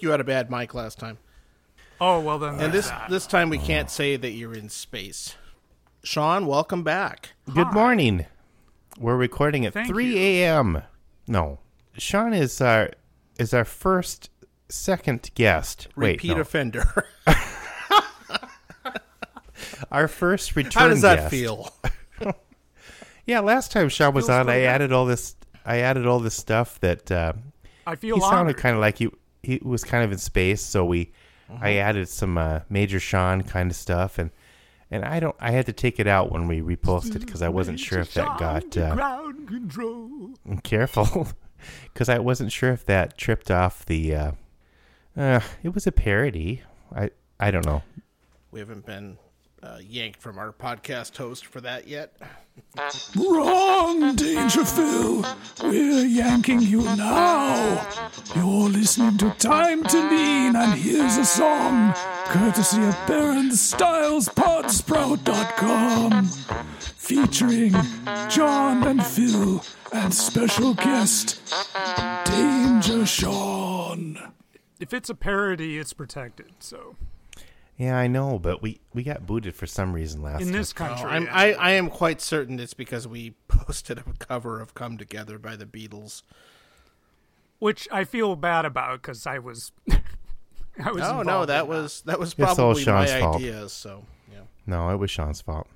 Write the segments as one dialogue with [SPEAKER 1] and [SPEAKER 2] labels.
[SPEAKER 1] you had a bad mic last time.
[SPEAKER 2] Oh well, then.
[SPEAKER 1] And
[SPEAKER 2] there's
[SPEAKER 1] this
[SPEAKER 2] that.
[SPEAKER 1] this time we can't say that you're in space. Sean, welcome back.
[SPEAKER 3] Good morning. We're recording at
[SPEAKER 2] Thank
[SPEAKER 3] 3
[SPEAKER 2] you.
[SPEAKER 3] a.m. No, Sean is our is our first second guest.
[SPEAKER 1] Repeat
[SPEAKER 3] Wait, no.
[SPEAKER 1] offender.
[SPEAKER 3] our first return.
[SPEAKER 1] How does that
[SPEAKER 3] guest.
[SPEAKER 1] feel?
[SPEAKER 3] Yeah, last time Sean was
[SPEAKER 2] Feels
[SPEAKER 3] on, I
[SPEAKER 2] pretty good.
[SPEAKER 3] added all this. I added all this stuff that uh,
[SPEAKER 2] I feel
[SPEAKER 3] he sounded
[SPEAKER 2] honored.
[SPEAKER 3] kind of like he he was kind of in space. So we, I
[SPEAKER 2] Mm-hmm.
[SPEAKER 3] added some uh, Major Sean kind of stuff, and and I don't. I had to take it out when we reposted because I wasn't sure if that got. Uh,
[SPEAKER 2] ground control.
[SPEAKER 3] careful because i wasn't sure if that tripped off the uh, uh it was a parody i i don't know
[SPEAKER 1] We haven't been uh, yanked from our podcast host for that yet.
[SPEAKER 4] Wrong, Dangerfield! We're yanking you now! You're listening to Time to Lean, and here's a song courtesy of BaronStylesPodsprout.com featuring John and Phil and special guest Danger Sean.
[SPEAKER 2] If it's a parody, it's protected. So
[SPEAKER 3] yeah i know but we we got booted for some reason last
[SPEAKER 2] in
[SPEAKER 3] time.
[SPEAKER 2] this country,
[SPEAKER 1] I'm, I, I am quite certain it's because we posted a cover of Come Together by the Beatles.
[SPEAKER 2] which I feel bad about because I was, I was.
[SPEAKER 1] Oh no,
[SPEAKER 2] involved
[SPEAKER 1] that
[SPEAKER 2] in
[SPEAKER 1] was that was
[SPEAKER 3] It's all
[SPEAKER 1] probably my
[SPEAKER 3] Sean's fault.
[SPEAKER 1] idea, so yeah.
[SPEAKER 3] no it was sean's fault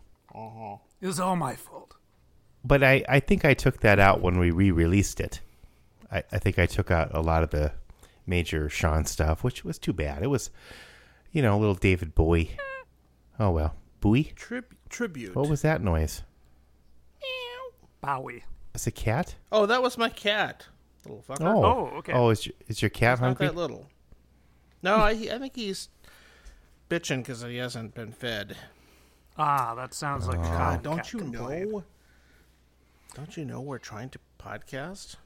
[SPEAKER 2] It was all my fault.
[SPEAKER 3] but i i think i took that out when we re-released it i i think i took out a lot of the major sean stuff which was too bad it was you know a little david bowie oh well bowie
[SPEAKER 1] Trib- tribute.
[SPEAKER 3] what was that noise
[SPEAKER 2] Bowie.
[SPEAKER 3] it's a cat
[SPEAKER 1] Oh, that was my cat. Little fucker.
[SPEAKER 3] oh
[SPEAKER 2] Oh, okay.
[SPEAKER 3] oh is your, is your cat
[SPEAKER 1] Not
[SPEAKER 3] hungry
[SPEAKER 1] that little. No, I, I think he's bitching because he hasn't been fed.
[SPEAKER 2] Ah, that sounds like.
[SPEAKER 1] God,
[SPEAKER 2] how a
[SPEAKER 1] don't
[SPEAKER 2] cat
[SPEAKER 1] you know?
[SPEAKER 2] complain.
[SPEAKER 1] Don't you know we're trying to podcast?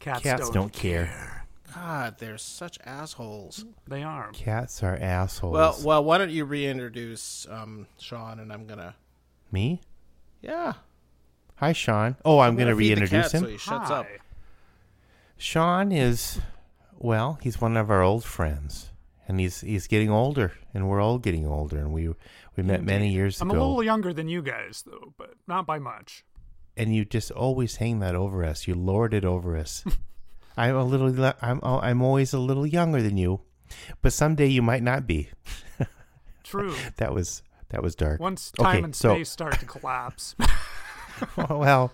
[SPEAKER 2] Cats,
[SPEAKER 3] cats don't care
[SPEAKER 1] God, they're such assholes.
[SPEAKER 2] They are.
[SPEAKER 3] Cats are assholes.
[SPEAKER 1] Well, well, why don't you reintroduce um, Sean and I'm gonna.
[SPEAKER 3] me?
[SPEAKER 1] Yeah,
[SPEAKER 3] Hi, Sean. Oh, I'm, going to
[SPEAKER 1] feed the
[SPEAKER 3] reintroduce
[SPEAKER 1] cat
[SPEAKER 3] him.
[SPEAKER 1] So he shuts up.
[SPEAKER 2] Hi.
[SPEAKER 3] Sean is, well, he's one of our old friends, and he's he's getting older, and we're all getting older, and we we met many years
[SPEAKER 2] I'm a
[SPEAKER 3] ago,
[SPEAKER 2] little younger than you guys though, but not by much.
[SPEAKER 3] and you just always hang that over us. You lord it over us. I'm a little. le- I'm oh, I'm always a little younger than you, but someday you might not be.
[SPEAKER 2] True.
[SPEAKER 3] That was that was dark.
[SPEAKER 2] Once time
[SPEAKER 3] Okay,
[SPEAKER 2] and
[SPEAKER 3] so-
[SPEAKER 2] space start to collapse.
[SPEAKER 3] well,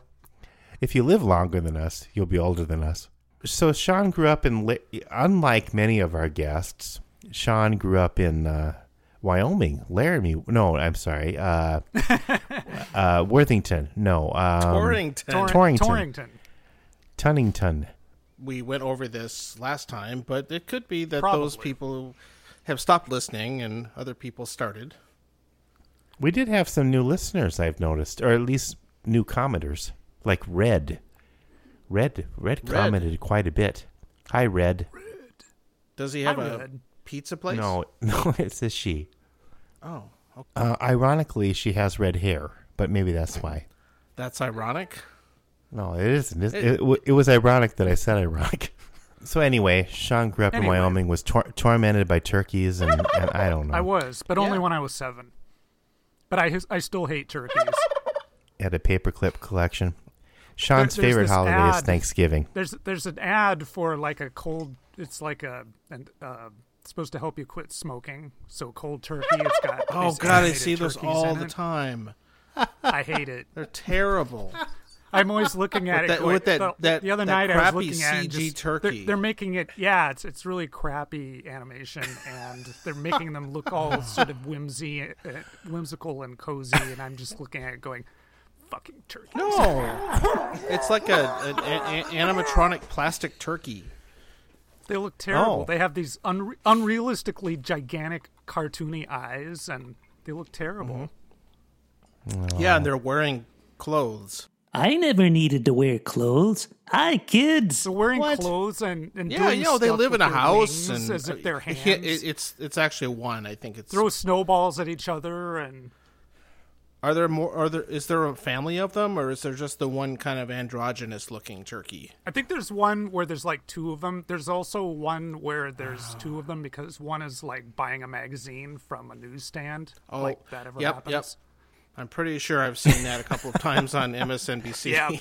[SPEAKER 3] if you live longer than us, you'll be older than us. So Sean grew up in, La- unlike many of our guests, Sean grew up in uh, Wyoming, Laramie. No, I'm sorry, uh, uh, Worthington. No, um,
[SPEAKER 1] Torrington.
[SPEAKER 2] Torrin-
[SPEAKER 3] Torrington.
[SPEAKER 2] Torrington.
[SPEAKER 3] Tunnington.
[SPEAKER 1] we went over this last time, but it could be that those
[SPEAKER 2] Probably.
[SPEAKER 1] people have stopped listening and other people started.
[SPEAKER 3] We did have some new listeners, I've noticed, or at least new commenters, like Red. Red, Red commented quite a bit. Hi, Red.
[SPEAKER 1] Does he have
[SPEAKER 2] I
[SPEAKER 1] a
[SPEAKER 2] would.
[SPEAKER 1] pizza place?
[SPEAKER 3] No, no, it's a she.
[SPEAKER 1] Oh, okay.
[SPEAKER 3] Uh, ironically, she has red hair, but maybe that's why.
[SPEAKER 1] that's ironic.
[SPEAKER 3] No, it isn't. It, it, wa- it was ironic that I said ironic. So anyway, Sean grew up
[SPEAKER 2] Anyway.
[SPEAKER 3] in Wyoming, was tor- tormented by turkeys, and, and I don't know.
[SPEAKER 2] I was, but only
[SPEAKER 1] Yeah.
[SPEAKER 2] when I was seven. But I I still hate turkeys.
[SPEAKER 3] had a paperclip collection. Sean's
[SPEAKER 2] There- there's
[SPEAKER 3] favorite
[SPEAKER 2] this
[SPEAKER 3] holiday is
[SPEAKER 2] ad.
[SPEAKER 3] Thanksgiving.
[SPEAKER 2] there's there's an ad for like a cold. It's like a and uh, it's supposed to help you quit smoking. So cold turkey. It's got.
[SPEAKER 1] Oh
[SPEAKER 2] these
[SPEAKER 1] God, I
[SPEAKER 2] animated
[SPEAKER 1] see those
[SPEAKER 2] turkeys
[SPEAKER 1] all
[SPEAKER 2] in
[SPEAKER 1] the
[SPEAKER 2] it.
[SPEAKER 1] time.
[SPEAKER 2] I hate it.
[SPEAKER 1] They're terrible.
[SPEAKER 2] I'm always looking at
[SPEAKER 1] With
[SPEAKER 2] it.
[SPEAKER 1] that- with
[SPEAKER 2] going,
[SPEAKER 1] that-
[SPEAKER 2] the,
[SPEAKER 1] that-
[SPEAKER 2] the other
[SPEAKER 1] that
[SPEAKER 2] night I was
[SPEAKER 1] crappy
[SPEAKER 2] looking at it and
[SPEAKER 1] CG
[SPEAKER 2] just, they're-
[SPEAKER 1] turkey.
[SPEAKER 2] They're, making it. Yeah, it's it's really crappy animation, and they're making them look all sort of whimsy, uh, whimsical and cozy. And I'm just looking at it going, fucking turkey.
[SPEAKER 1] No, it's like a an, an, an animatronic plastic turkey.
[SPEAKER 2] They look terrible.
[SPEAKER 3] Oh.
[SPEAKER 2] They have these unre- unrealistically gigantic cartoony eyes, and they look terrible.
[SPEAKER 1] Mm-hmm. Yeah, and they're wearing clothes.
[SPEAKER 5] I never needed to wear clothes. Hi, kids.
[SPEAKER 2] They're wearing
[SPEAKER 1] What?
[SPEAKER 2] clothes and, and
[SPEAKER 1] Yeah,
[SPEAKER 2] doing
[SPEAKER 1] you know they
[SPEAKER 2] stuff
[SPEAKER 1] live
[SPEAKER 2] with
[SPEAKER 1] in a
[SPEAKER 2] their
[SPEAKER 1] house
[SPEAKER 2] wings
[SPEAKER 1] and uh,
[SPEAKER 2] as if they're
[SPEAKER 1] it-
[SPEAKER 2] hands.
[SPEAKER 1] it- it's it's actually one. I think it's
[SPEAKER 2] throw snowballs at each other and
[SPEAKER 1] Are there more? Are there? Is there a family of them, or is there just the one kind of androgynous looking turkey?
[SPEAKER 2] I think there's one where there's like two of them. There's also one where
[SPEAKER 1] Ah.
[SPEAKER 2] there's two of them because one is like buying a magazine from a newsstand.
[SPEAKER 1] Oh,
[SPEAKER 2] like that ever
[SPEAKER 1] yep,
[SPEAKER 2] happens.
[SPEAKER 1] yep. I'm pretty sure I've seen that a couple of times on MSNBC.
[SPEAKER 2] Yeah.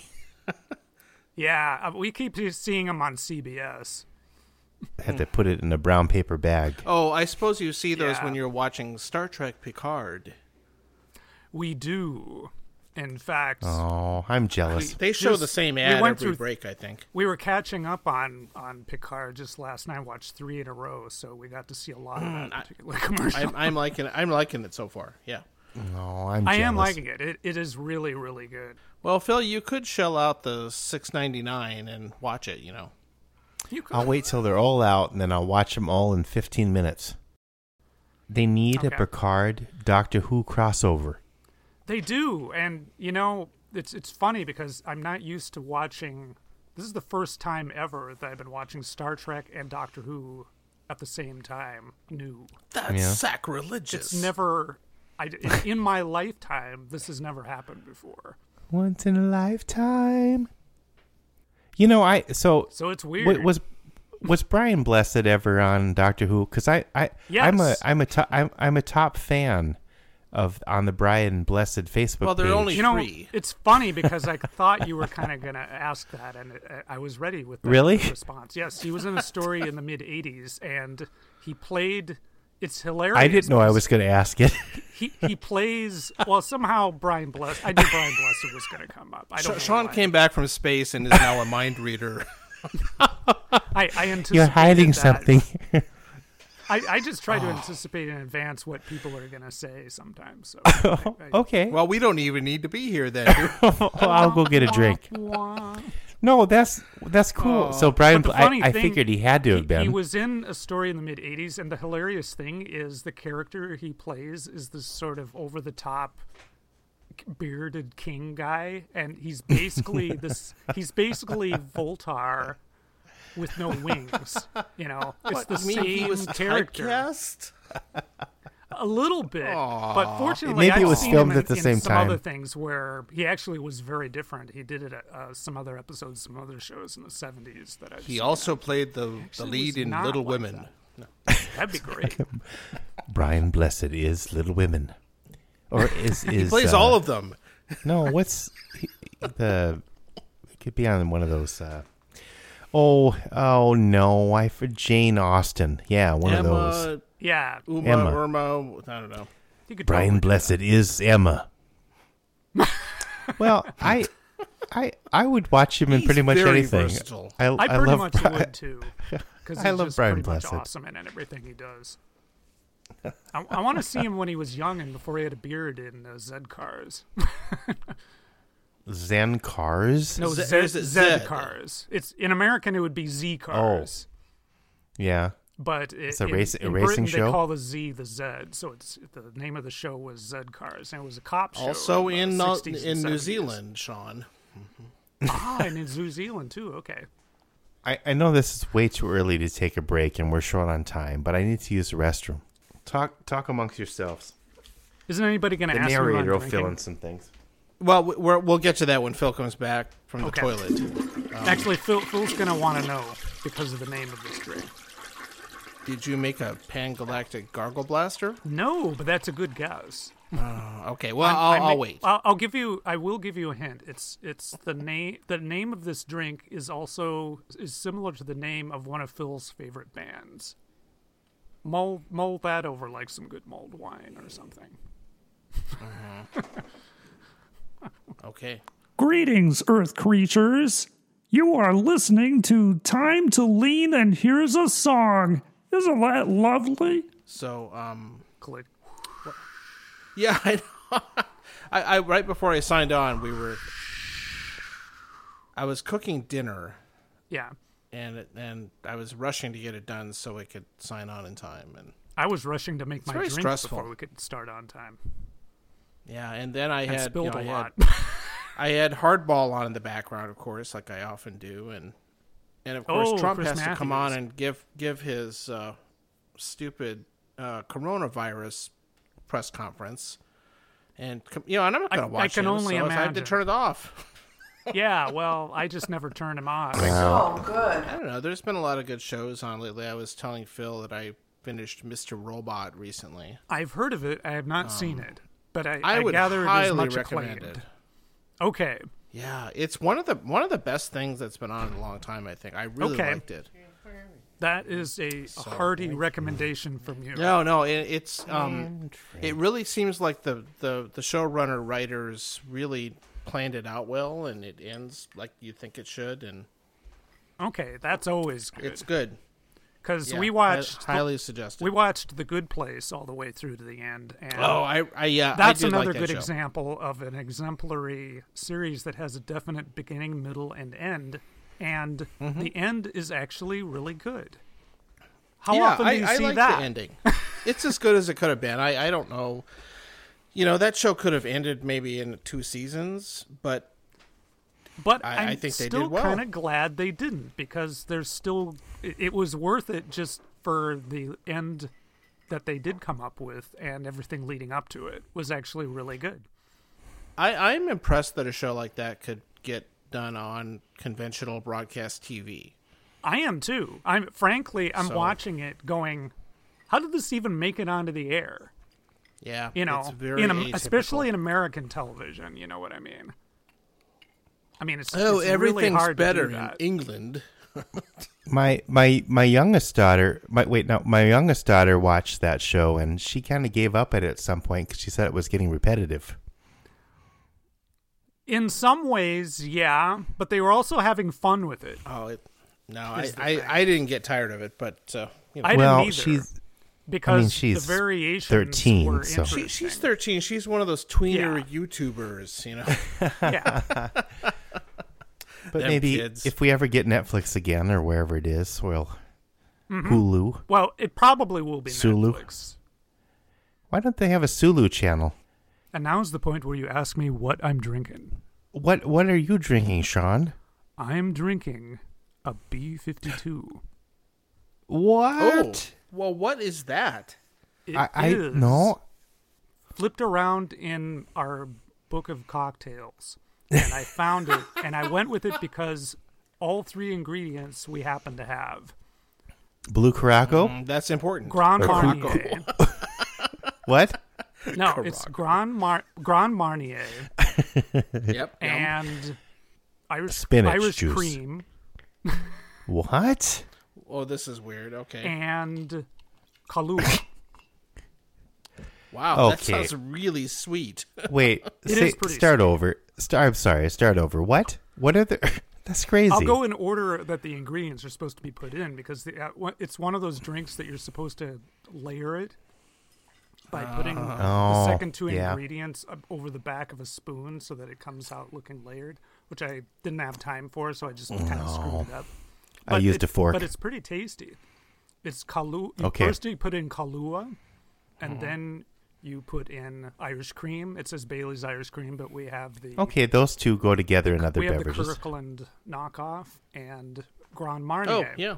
[SPEAKER 2] Yeah, uh, we keep seeing them on CBS.
[SPEAKER 3] Had
[SPEAKER 2] Hmm.
[SPEAKER 3] to put it in a brown paper bag.
[SPEAKER 1] Oh, I suppose you see those
[SPEAKER 2] Yeah.
[SPEAKER 1] when you're watching Star Trek Picard.
[SPEAKER 2] We do. In fact,
[SPEAKER 3] Oh, I'm jealous.
[SPEAKER 1] They show the same
[SPEAKER 2] we
[SPEAKER 1] ad
[SPEAKER 2] went
[SPEAKER 1] every
[SPEAKER 2] through-
[SPEAKER 1] break, I think.
[SPEAKER 2] we were catching up on on Picard just last night. I watched three in a row, so we got to see a lot of that particular commercial.
[SPEAKER 1] Mm, I'm, I'm liking it. I'm liking it so far. Yeah.
[SPEAKER 3] Oh, I'm.
[SPEAKER 2] I
[SPEAKER 3] Jealous.
[SPEAKER 2] am liking it. it. It is really, really good.
[SPEAKER 1] Well, Phil, you could shell out the 6.99 and watch it. You know.
[SPEAKER 2] You could,
[SPEAKER 3] I'll wait till they're all out, and then I'll watch them all in 15 minutes. They need a
[SPEAKER 2] Okay.
[SPEAKER 3] Picard Doctor Who crossover.
[SPEAKER 2] They do, and you know, it's it's funny because I'm not used to watching. This is the first time ever that I've been watching Star Trek and Doctor Who at the same time. New.
[SPEAKER 1] That's
[SPEAKER 3] Yeah.
[SPEAKER 1] sacrilegious.
[SPEAKER 2] It's never. I, in my lifetime, this has never happened before.
[SPEAKER 3] Once in a lifetime. You know, I so
[SPEAKER 2] So it's
[SPEAKER 3] wa-
[SPEAKER 2] weird.
[SPEAKER 3] was was Brian Blessed ever on Doctor Who? Because I I I'm a
[SPEAKER 2] Yes.
[SPEAKER 3] I'm a to, I'm I'm a top fan of on the Brian Blessed Facebook.
[SPEAKER 1] Well, there are
[SPEAKER 3] page.
[SPEAKER 1] only-
[SPEAKER 2] you know,
[SPEAKER 1] free.
[SPEAKER 2] it's funny because I thought you were kind of going to ask that, and uh, I was ready with that
[SPEAKER 3] Really?
[SPEAKER 2] response. Yes, he was in a story in the mid '80s, and he played. It's hilarious.
[SPEAKER 3] I didn't know I
[SPEAKER 2] because
[SPEAKER 3] was going to ask it.
[SPEAKER 2] He he plays well. Somehow Brian Bless. I knew Brian Blessed was going to come up. I don't.
[SPEAKER 1] Sha-
[SPEAKER 2] know
[SPEAKER 1] Sean
[SPEAKER 2] why.
[SPEAKER 1] came back from space and is now a mind reader.
[SPEAKER 2] I, I anticipated
[SPEAKER 3] You're hiding
[SPEAKER 2] that.
[SPEAKER 3] something.
[SPEAKER 2] I, I just try to anticipate in advance what people are going to say sometimes. So.
[SPEAKER 3] okay, well,
[SPEAKER 1] Well, we don't even need to be here then.
[SPEAKER 3] I'll go get a drink.
[SPEAKER 2] Wah.
[SPEAKER 3] No, that's that's cool. so Brian,
[SPEAKER 2] But the
[SPEAKER 3] Bl- I,
[SPEAKER 2] funny
[SPEAKER 3] I
[SPEAKER 2] thing-
[SPEAKER 3] figured he had to have been.
[SPEAKER 2] He was in a story in the mid '80s, and the hilarious thing is the character he plays is this sort of over-the-top bearded king guy, and he's basically this. He's basically Voltar with no wings. You know, it's the
[SPEAKER 1] I mean,
[SPEAKER 2] same
[SPEAKER 1] he was
[SPEAKER 2] character
[SPEAKER 1] typecast.
[SPEAKER 2] a little bit, but fortunately,
[SPEAKER 3] Maybe it
[SPEAKER 2] I've
[SPEAKER 3] was
[SPEAKER 2] seen
[SPEAKER 3] filmed
[SPEAKER 2] him in,
[SPEAKER 3] at the
[SPEAKER 2] in
[SPEAKER 3] same
[SPEAKER 2] some other
[SPEAKER 3] time.
[SPEAKER 2] things where he actually was very different. He did it at uh, some other episodes, some other shows in the '70s that I've
[SPEAKER 1] He
[SPEAKER 2] seen.
[SPEAKER 1] also played the, the
[SPEAKER 2] Actually,
[SPEAKER 1] lead
[SPEAKER 2] was
[SPEAKER 1] in
[SPEAKER 2] not
[SPEAKER 1] Little
[SPEAKER 2] like
[SPEAKER 1] Women.
[SPEAKER 2] that. That'd be great.
[SPEAKER 3] Brian Blessed is Little Women, or is is
[SPEAKER 1] He plays
[SPEAKER 3] uh,
[SPEAKER 1] all of them.
[SPEAKER 3] No, what's he- the? It could be on one of those. Uh, oh, oh no! I for Jane Austen. Yeah, one of those.
[SPEAKER 1] Emma,
[SPEAKER 2] Yeah,
[SPEAKER 1] Uma,
[SPEAKER 3] Emma.
[SPEAKER 1] Irma. I don't know.
[SPEAKER 2] you could
[SPEAKER 3] Brian
[SPEAKER 2] totally-
[SPEAKER 3] Blessed is Emma. well, I, I, I would watch him in
[SPEAKER 1] He's
[SPEAKER 3] pretty much
[SPEAKER 1] very
[SPEAKER 3] anything.
[SPEAKER 1] versatile.
[SPEAKER 3] I,
[SPEAKER 2] I pretty
[SPEAKER 3] love
[SPEAKER 2] much
[SPEAKER 3] Bri-
[SPEAKER 2] would too, because
[SPEAKER 3] I
[SPEAKER 2] he's
[SPEAKER 3] love
[SPEAKER 2] just
[SPEAKER 3] Brian
[SPEAKER 2] pretty
[SPEAKER 3] Blessed.
[SPEAKER 2] much awesome in everything he does. I, I want to see him when he was young and before he had a beard in uh, Zed cars.
[SPEAKER 3] Zen cars.
[SPEAKER 2] No,
[SPEAKER 1] Z-
[SPEAKER 2] Zed,
[SPEAKER 1] is it
[SPEAKER 2] Zed
[SPEAKER 1] Zed?
[SPEAKER 2] cars. It's in American it would be Z cars,
[SPEAKER 3] Yeah.
[SPEAKER 2] but it,
[SPEAKER 3] Oh. a
[SPEAKER 2] in-
[SPEAKER 3] race- a
[SPEAKER 2] in
[SPEAKER 3] racing
[SPEAKER 2] Britain
[SPEAKER 3] show?
[SPEAKER 2] they call the Z the Zed. So it's the name of the show was Zed cars, and it was a cop show.
[SPEAKER 1] Also in
[SPEAKER 2] the
[SPEAKER 1] Nor-
[SPEAKER 2] 60s uh, and
[SPEAKER 1] in New
[SPEAKER 2] 70s.
[SPEAKER 1] Zealand, Sean.
[SPEAKER 2] ah, and in New Zealand too. Okay,
[SPEAKER 3] I, I know this is way too early to take a break, and we're short on time, but I need to use the restroom. Talk talk amongst yourselves.
[SPEAKER 2] isn't anybody going to
[SPEAKER 3] The
[SPEAKER 2] ask me what I'm
[SPEAKER 3] narrator will
[SPEAKER 2] drinking?
[SPEAKER 3] fill in some things.
[SPEAKER 1] Well, we- we're, we'll get to that when Phil comes back from the
[SPEAKER 2] Okay.
[SPEAKER 1] toilet.
[SPEAKER 2] Actually, Phil, Phil's gonna want to know because of the name of this drink.
[SPEAKER 1] Did you make a Pan Galactic Gargle Blaster?
[SPEAKER 2] No, but that's a good guess.
[SPEAKER 1] Okay, well, i will
[SPEAKER 2] I ma-
[SPEAKER 1] Uh, I'll wait.
[SPEAKER 2] I'll, I'll give you. I will give you a hint. It's it's the name. The name of this drink is also is similar to the name of one of Phil's favorite bands. Mull mull that over like some good mulled wine or something.
[SPEAKER 1] Okay.
[SPEAKER 4] Greetings, Earth creatures. You are listening to Time to Lean, and here's a song. Isn't that lovely?
[SPEAKER 1] So, um,
[SPEAKER 2] Click.
[SPEAKER 1] yeah, I, know. I, I right before I signed on, we were, I was cooking dinner,
[SPEAKER 2] Yeah,
[SPEAKER 1] and it, and I was rushing to get it done so I could sign on in time, and
[SPEAKER 2] I was rushing to make my
[SPEAKER 1] very
[SPEAKER 2] drink
[SPEAKER 1] stressful.
[SPEAKER 2] before we could start on time.
[SPEAKER 1] yeah, and then I
[SPEAKER 2] I
[SPEAKER 1] had you
[SPEAKER 2] spilled
[SPEAKER 1] know, I
[SPEAKER 2] a
[SPEAKER 1] had-
[SPEAKER 2] lot.
[SPEAKER 1] I had hardball on in the background, of course, like I often do, and and of course
[SPEAKER 2] Oh,
[SPEAKER 1] Trump
[SPEAKER 2] Chris
[SPEAKER 1] has to come on
[SPEAKER 2] Matthews.
[SPEAKER 1] and give give his uh, stupid uh, coronavirus press conference, And com- you know, and I'm not going to watch
[SPEAKER 2] I can
[SPEAKER 1] him,
[SPEAKER 2] only
[SPEAKER 1] so if I have to
[SPEAKER 2] imagine.
[SPEAKER 1] turn it off.
[SPEAKER 2] Yeah, well, I just never turn them off.
[SPEAKER 6] So good.
[SPEAKER 1] I don't know. There's been a lot of good shows on lately. I was telling Phil that I finished Mr. Robot recently.
[SPEAKER 2] I've heard of it. I have not seen it, but I,
[SPEAKER 1] Um, I,
[SPEAKER 2] I,
[SPEAKER 1] would
[SPEAKER 2] gather it is
[SPEAKER 1] highly
[SPEAKER 2] much
[SPEAKER 1] recommend
[SPEAKER 2] acclaimed.
[SPEAKER 1] it.
[SPEAKER 2] Okay,
[SPEAKER 1] Yeah, it's one of the one of the best things that's been on in a long time. I think I really
[SPEAKER 2] Okay.
[SPEAKER 1] liked it.
[SPEAKER 2] that is a hearty recommendation from you.
[SPEAKER 1] No, no, it, it's um, it really seems like the the the showrunner writers really planned it out well, and it ends like you think it should, and
[SPEAKER 2] Okay, that's always good
[SPEAKER 1] it's good.
[SPEAKER 2] because
[SPEAKER 1] Yeah,
[SPEAKER 2] we
[SPEAKER 1] hi-
[SPEAKER 2] watched the-
[SPEAKER 1] highly suggested.
[SPEAKER 2] we watched The Good Place all the way through to the end, and
[SPEAKER 1] oh, I, I yeah,
[SPEAKER 2] that's
[SPEAKER 1] I did
[SPEAKER 2] another
[SPEAKER 1] like that
[SPEAKER 2] good
[SPEAKER 1] show.
[SPEAKER 2] example of an exemplary series that has a definite beginning, middle, and end, and
[SPEAKER 1] Mm-hmm.
[SPEAKER 2] the end is actually really good. How
[SPEAKER 1] yeah,
[SPEAKER 2] often do
[SPEAKER 1] I,
[SPEAKER 2] you
[SPEAKER 1] I
[SPEAKER 2] see
[SPEAKER 1] like
[SPEAKER 2] that?
[SPEAKER 1] the ending. it's as good as it could have been. I I don't know. You know that show could have ended maybe in two seasons, but
[SPEAKER 2] But
[SPEAKER 1] I-
[SPEAKER 2] I, am
[SPEAKER 1] I think they did
[SPEAKER 2] still
[SPEAKER 1] well.
[SPEAKER 2] kind of glad they didn't because there's still it, it was worth it just for the end that they did come up with and everything leading up to it was actually really good.
[SPEAKER 1] I, I'm impressed that a show like that could get done on conventional broadcast TV.
[SPEAKER 2] I am too. I'm frankly I'm
[SPEAKER 1] So-
[SPEAKER 2] watching it going how did this even make it onto the air?
[SPEAKER 1] Yeah,
[SPEAKER 2] You know,
[SPEAKER 1] it's very
[SPEAKER 2] in Am- especially
[SPEAKER 1] atypical.
[SPEAKER 2] in American television, you know what I mean? I mean, it's
[SPEAKER 1] oh,
[SPEAKER 2] it's
[SPEAKER 1] everything's
[SPEAKER 2] really hard
[SPEAKER 1] better
[SPEAKER 2] to do
[SPEAKER 1] in
[SPEAKER 2] that.
[SPEAKER 1] England.
[SPEAKER 3] my my my youngest daughter my wait no my youngest daughter watched that show and she kind of gave up at it at some point because she said it was getting repetitive
[SPEAKER 2] In some ways, yeah, but they were also having fun with it.
[SPEAKER 1] Oh, it, no, I,
[SPEAKER 2] Is the
[SPEAKER 1] I,
[SPEAKER 2] thing.
[SPEAKER 1] I didn't get tired of it, but uh, you know,
[SPEAKER 2] I
[SPEAKER 3] well
[SPEAKER 2] didn't either.
[SPEAKER 3] she's
[SPEAKER 2] because
[SPEAKER 3] she's
[SPEAKER 2] the variations
[SPEAKER 3] 13,
[SPEAKER 2] were
[SPEAKER 3] so-
[SPEAKER 1] she,
[SPEAKER 2] interesting.
[SPEAKER 1] she's 13. She's one of those tweener YouTubers, you know.
[SPEAKER 2] yeah.
[SPEAKER 3] but
[SPEAKER 1] Them
[SPEAKER 3] maybe
[SPEAKER 1] kids.
[SPEAKER 3] if we ever get netflix again or wherever it is we'll
[SPEAKER 2] Mm-hmm.
[SPEAKER 3] hulu
[SPEAKER 2] Well, it probably will be
[SPEAKER 3] Sulu.
[SPEAKER 2] Netflix.
[SPEAKER 3] why don't they have a sulu channel
[SPEAKER 2] And now's the point where you ask me what I'm drinking.
[SPEAKER 3] what what are you drinking sean
[SPEAKER 2] I'm drinking a B52.
[SPEAKER 1] Oh,
[SPEAKER 3] what
[SPEAKER 1] well, what is that?
[SPEAKER 2] It
[SPEAKER 3] i i
[SPEAKER 2] is
[SPEAKER 3] no
[SPEAKER 2] flipped around in our book of cocktails, and I found it, and I went with it because all three ingredients we happen to have.
[SPEAKER 3] blue caraco
[SPEAKER 1] Mm, That's important.
[SPEAKER 2] Grand
[SPEAKER 1] Caraco.
[SPEAKER 2] Marnier.
[SPEAKER 3] what
[SPEAKER 2] No, it's Grand Mar- Grand Marnier
[SPEAKER 1] Yep. yum.
[SPEAKER 2] and Irish
[SPEAKER 3] Spinach
[SPEAKER 2] Irish
[SPEAKER 3] juice.
[SPEAKER 2] cream
[SPEAKER 3] what
[SPEAKER 1] Oh, this is weird. Okay.
[SPEAKER 2] and Kahlua.
[SPEAKER 1] Wow, that
[SPEAKER 3] Okay.
[SPEAKER 1] sounds really sweet.
[SPEAKER 3] wait
[SPEAKER 2] is
[SPEAKER 3] say-
[SPEAKER 2] pretty
[SPEAKER 3] start over Star, i'm sorry start over what what are the that's crazy
[SPEAKER 2] I'll go in order that the ingredients are supposed to be put in because the, uh, wha- it's one of those drinks that you're supposed to layer it by putting the
[SPEAKER 3] Oh,
[SPEAKER 2] second two
[SPEAKER 3] yeah.
[SPEAKER 2] ingredients up over the back of a spoon so that it comes out looking layered, which I didn't have time for, so I just kind of screwed it up.
[SPEAKER 3] Oh. I used
[SPEAKER 2] it-
[SPEAKER 3] a fork.
[SPEAKER 2] but it's pretty tasty. It's kalu. You
[SPEAKER 3] Okay.
[SPEAKER 2] First, you put in Kahlua, and then you put in Irish cream. It says Bailey's Irish cream, but we have the
[SPEAKER 3] Okay, those two go together in other
[SPEAKER 2] we have the
[SPEAKER 3] beverages.
[SPEAKER 2] Kirkland knockoff and Grand Marnier.
[SPEAKER 1] oh, yeah.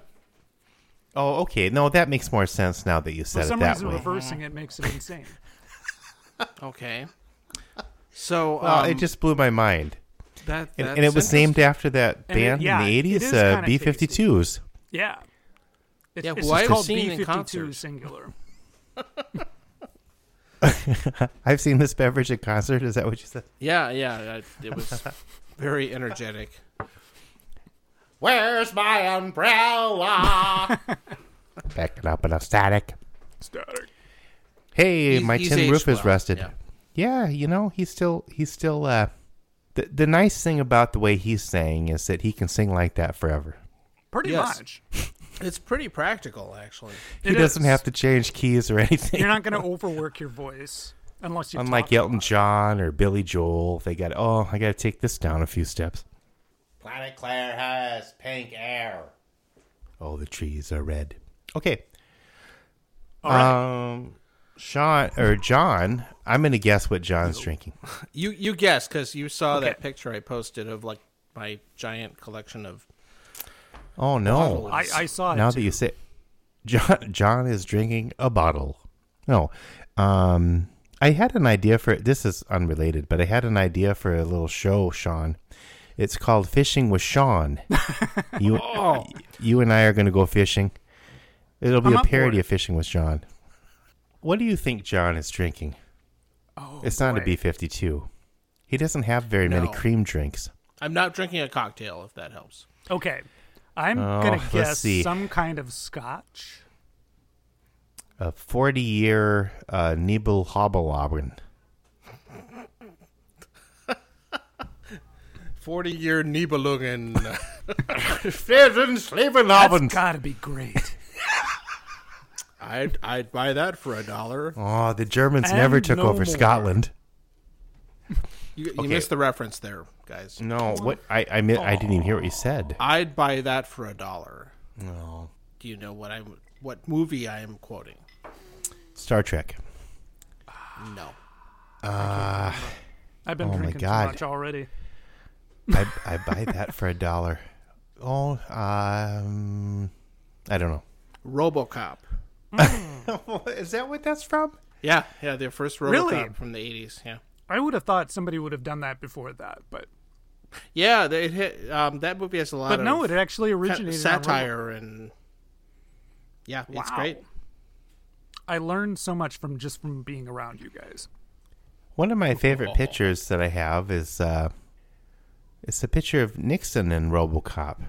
[SPEAKER 3] oh, okay. No, that makes more sense now that you
[SPEAKER 2] For
[SPEAKER 3] said it
[SPEAKER 2] some
[SPEAKER 3] that
[SPEAKER 2] reason,
[SPEAKER 3] way.
[SPEAKER 2] reversing it makes it insane.
[SPEAKER 1] Okay. So
[SPEAKER 3] Well,
[SPEAKER 1] um,
[SPEAKER 3] Uh, it just blew my mind.
[SPEAKER 1] that,
[SPEAKER 3] And, and
[SPEAKER 1] that's
[SPEAKER 3] it was named
[SPEAKER 1] interesting.
[SPEAKER 3] after that
[SPEAKER 2] And it-
[SPEAKER 3] band
[SPEAKER 2] yeah,
[SPEAKER 3] in the
[SPEAKER 2] it is
[SPEAKER 3] 80s, uh,
[SPEAKER 2] kinda
[SPEAKER 3] B 52s.
[SPEAKER 2] Yeah. It's,
[SPEAKER 1] Yeah,
[SPEAKER 2] it's
[SPEAKER 1] who I
[SPEAKER 2] just
[SPEAKER 1] have
[SPEAKER 2] called
[SPEAKER 1] seen in
[SPEAKER 2] B fifty two
[SPEAKER 1] concert.
[SPEAKER 2] singular.
[SPEAKER 3] I've seen this beverage at concert. Is that what you said?
[SPEAKER 1] Yeah, yeah. I- It was very energetic.
[SPEAKER 3] Where's my umbrella? Backing up enough static.
[SPEAKER 2] Static.
[SPEAKER 3] Hey,
[SPEAKER 1] He's-
[SPEAKER 3] my
[SPEAKER 1] he's
[SPEAKER 3] tin
[SPEAKER 1] aged
[SPEAKER 3] roof is
[SPEAKER 1] well,
[SPEAKER 3] rusted.
[SPEAKER 1] yeah.
[SPEAKER 3] Yeah. you know, he's still, he's still, uh, the, the nice thing about the way he sang is that he can sing like that forever.
[SPEAKER 2] Pretty
[SPEAKER 1] Yes.
[SPEAKER 2] much.
[SPEAKER 1] It's pretty practical, actually.
[SPEAKER 3] He
[SPEAKER 2] It
[SPEAKER 3] doesn't
[SPEAKER 2] is.
[SPEAKER 3] have to change keys or anything.
[SPEAKER 2] You're not going to overwork your voice unless you.
[SPEAKER 3] Unlike
[SPEAKER 2] talk a
[SPEAKER 3] Elton
[SPEAKER 2] lot.
[SPEAKER 3] John or Billy Joel, they got oh, I got to take this down a few steps. Planet Claire has pink air. All the trees are red. Okay. Um, Sean or John, I'm gonna guess what John's drinking.
[SPEAKER 1] You you guess because you saw that
[SPEAKER 2] Okay.
[SPEAKER 1] picture I posted of like my giant collection of.
[SPEAKER 3] Oh no!
[SPEAKER 1] Bottle.
[SPEAKER 2] I, I saw it.
[SPEAKER 3] Now
[SPEAKER 2] too.
[SPEAKER 3] that you say, John, John is drinking a bottle. No, um, I had an idea for it. This is unrelated, but I had an idea for a little show, Sean. It's called Fishing with Sean. you, you and I are going to go fishing. It'll be
[SPEAKER 2] Oh. I'm
[SPEAKER 3] a
[SPEAKER 2] up for
[SPEAKER 3] parody
[SPEAKER 2] it.
[SPEAKER 3] of Fishing with John. What do you think John is drinking?
[SPEAKER 2] Oh,
[SPEAKER 3] It's not a
[SPEAKER 2] boy.
[SPEAKER 3] B fifty two. He doesn't have very many
[SPEAKER 1] No.
[SPEAKER 3] cream drinks.
[SPEAKER 1] I'm not drinking a cocktail, if that helps.
[SPEAKER 2] Okay, I'm
[SPEAKER 3] Oh,
[SPEAKER 2] gonna
[SPEAKER 3] let's
[SPEAKER 2] guess
[SPEAKER 3] see.
[SPEAKER 2] some kind of scotch.
[SPEAKER 3] A forty year uh, Nibel Hobblobin.
[SPEAKER 1] 40 year Nibelungen.
[SPEAKER 3] Pheasant
[SPEAKER 2] That's
[SPEAKER 3] Slavenabend.
[SPEAKER 2] gotta be great.
[SPEAKER 1] I'd, I'd buy that for a dollar.
[SPEAKER 3] Oh, the Germans
[SPEAKER 2] And
[SPEAKER 3] never took
[SPEAKER 2] no
[SPEAKER 3] over
[SPEAKER 2] more.
[SPEAKER 3] Scotland.
[SPEAKER 1] You, you
[SPEAKER 3] Okay.
[SPEAKER 1] missed the reference there, guys.
[SPEAKER 3] No, what I I, mi- I didn't even hear what you said.
[SPEAKER 1] I'd buy that for a dollar.
[SPEAKER 3] No.
[SPEAKER 1] Do you know what I'm what movie I am quoting?
[SPEAKER 3] Star Trek.
[SPEAKER 1] No.
[SPEAKER 2] I've been
[SPEAKER 3] Oh my
[SPEAKER 2] drinking too
[SPEAKER 3] God.
[SPEAKER 2] much already.
[SPEAKER 3] I I buy that for a dollar. Oh, um, I don't know.
[SPEAKER 1] RoboCop.
[SPEAKER 3] Is that what that's from?
[SPEAKER 1] Yeah, yeah, their first RoboCop
[SPEAKER 2] Really?
[SPEAKER 1] from the 80s, yeah.
[SPEAKER 2] I would have thought somebody would have done that before that, but
[SPEAKER 1] Yeah, they it hit, um, that movie has a lot
[SPEAKER 2] but
[SPEAKER 1] of
[SPEAKER 2] no, it actually
[SPEAKER 1] sa-
[SPEAKER 2] originated on Robo-
[SPEAKER 1] satire and yeah, it's
[SPEAKER 2] Wow.
[SPEAKER 1] great.
[SPEAKER 2] I learned so much from just from being around you guys.
[SPEAKER 3] One of my favorite pictures that I have is uh, it's a picture of Nixon in RoboCop.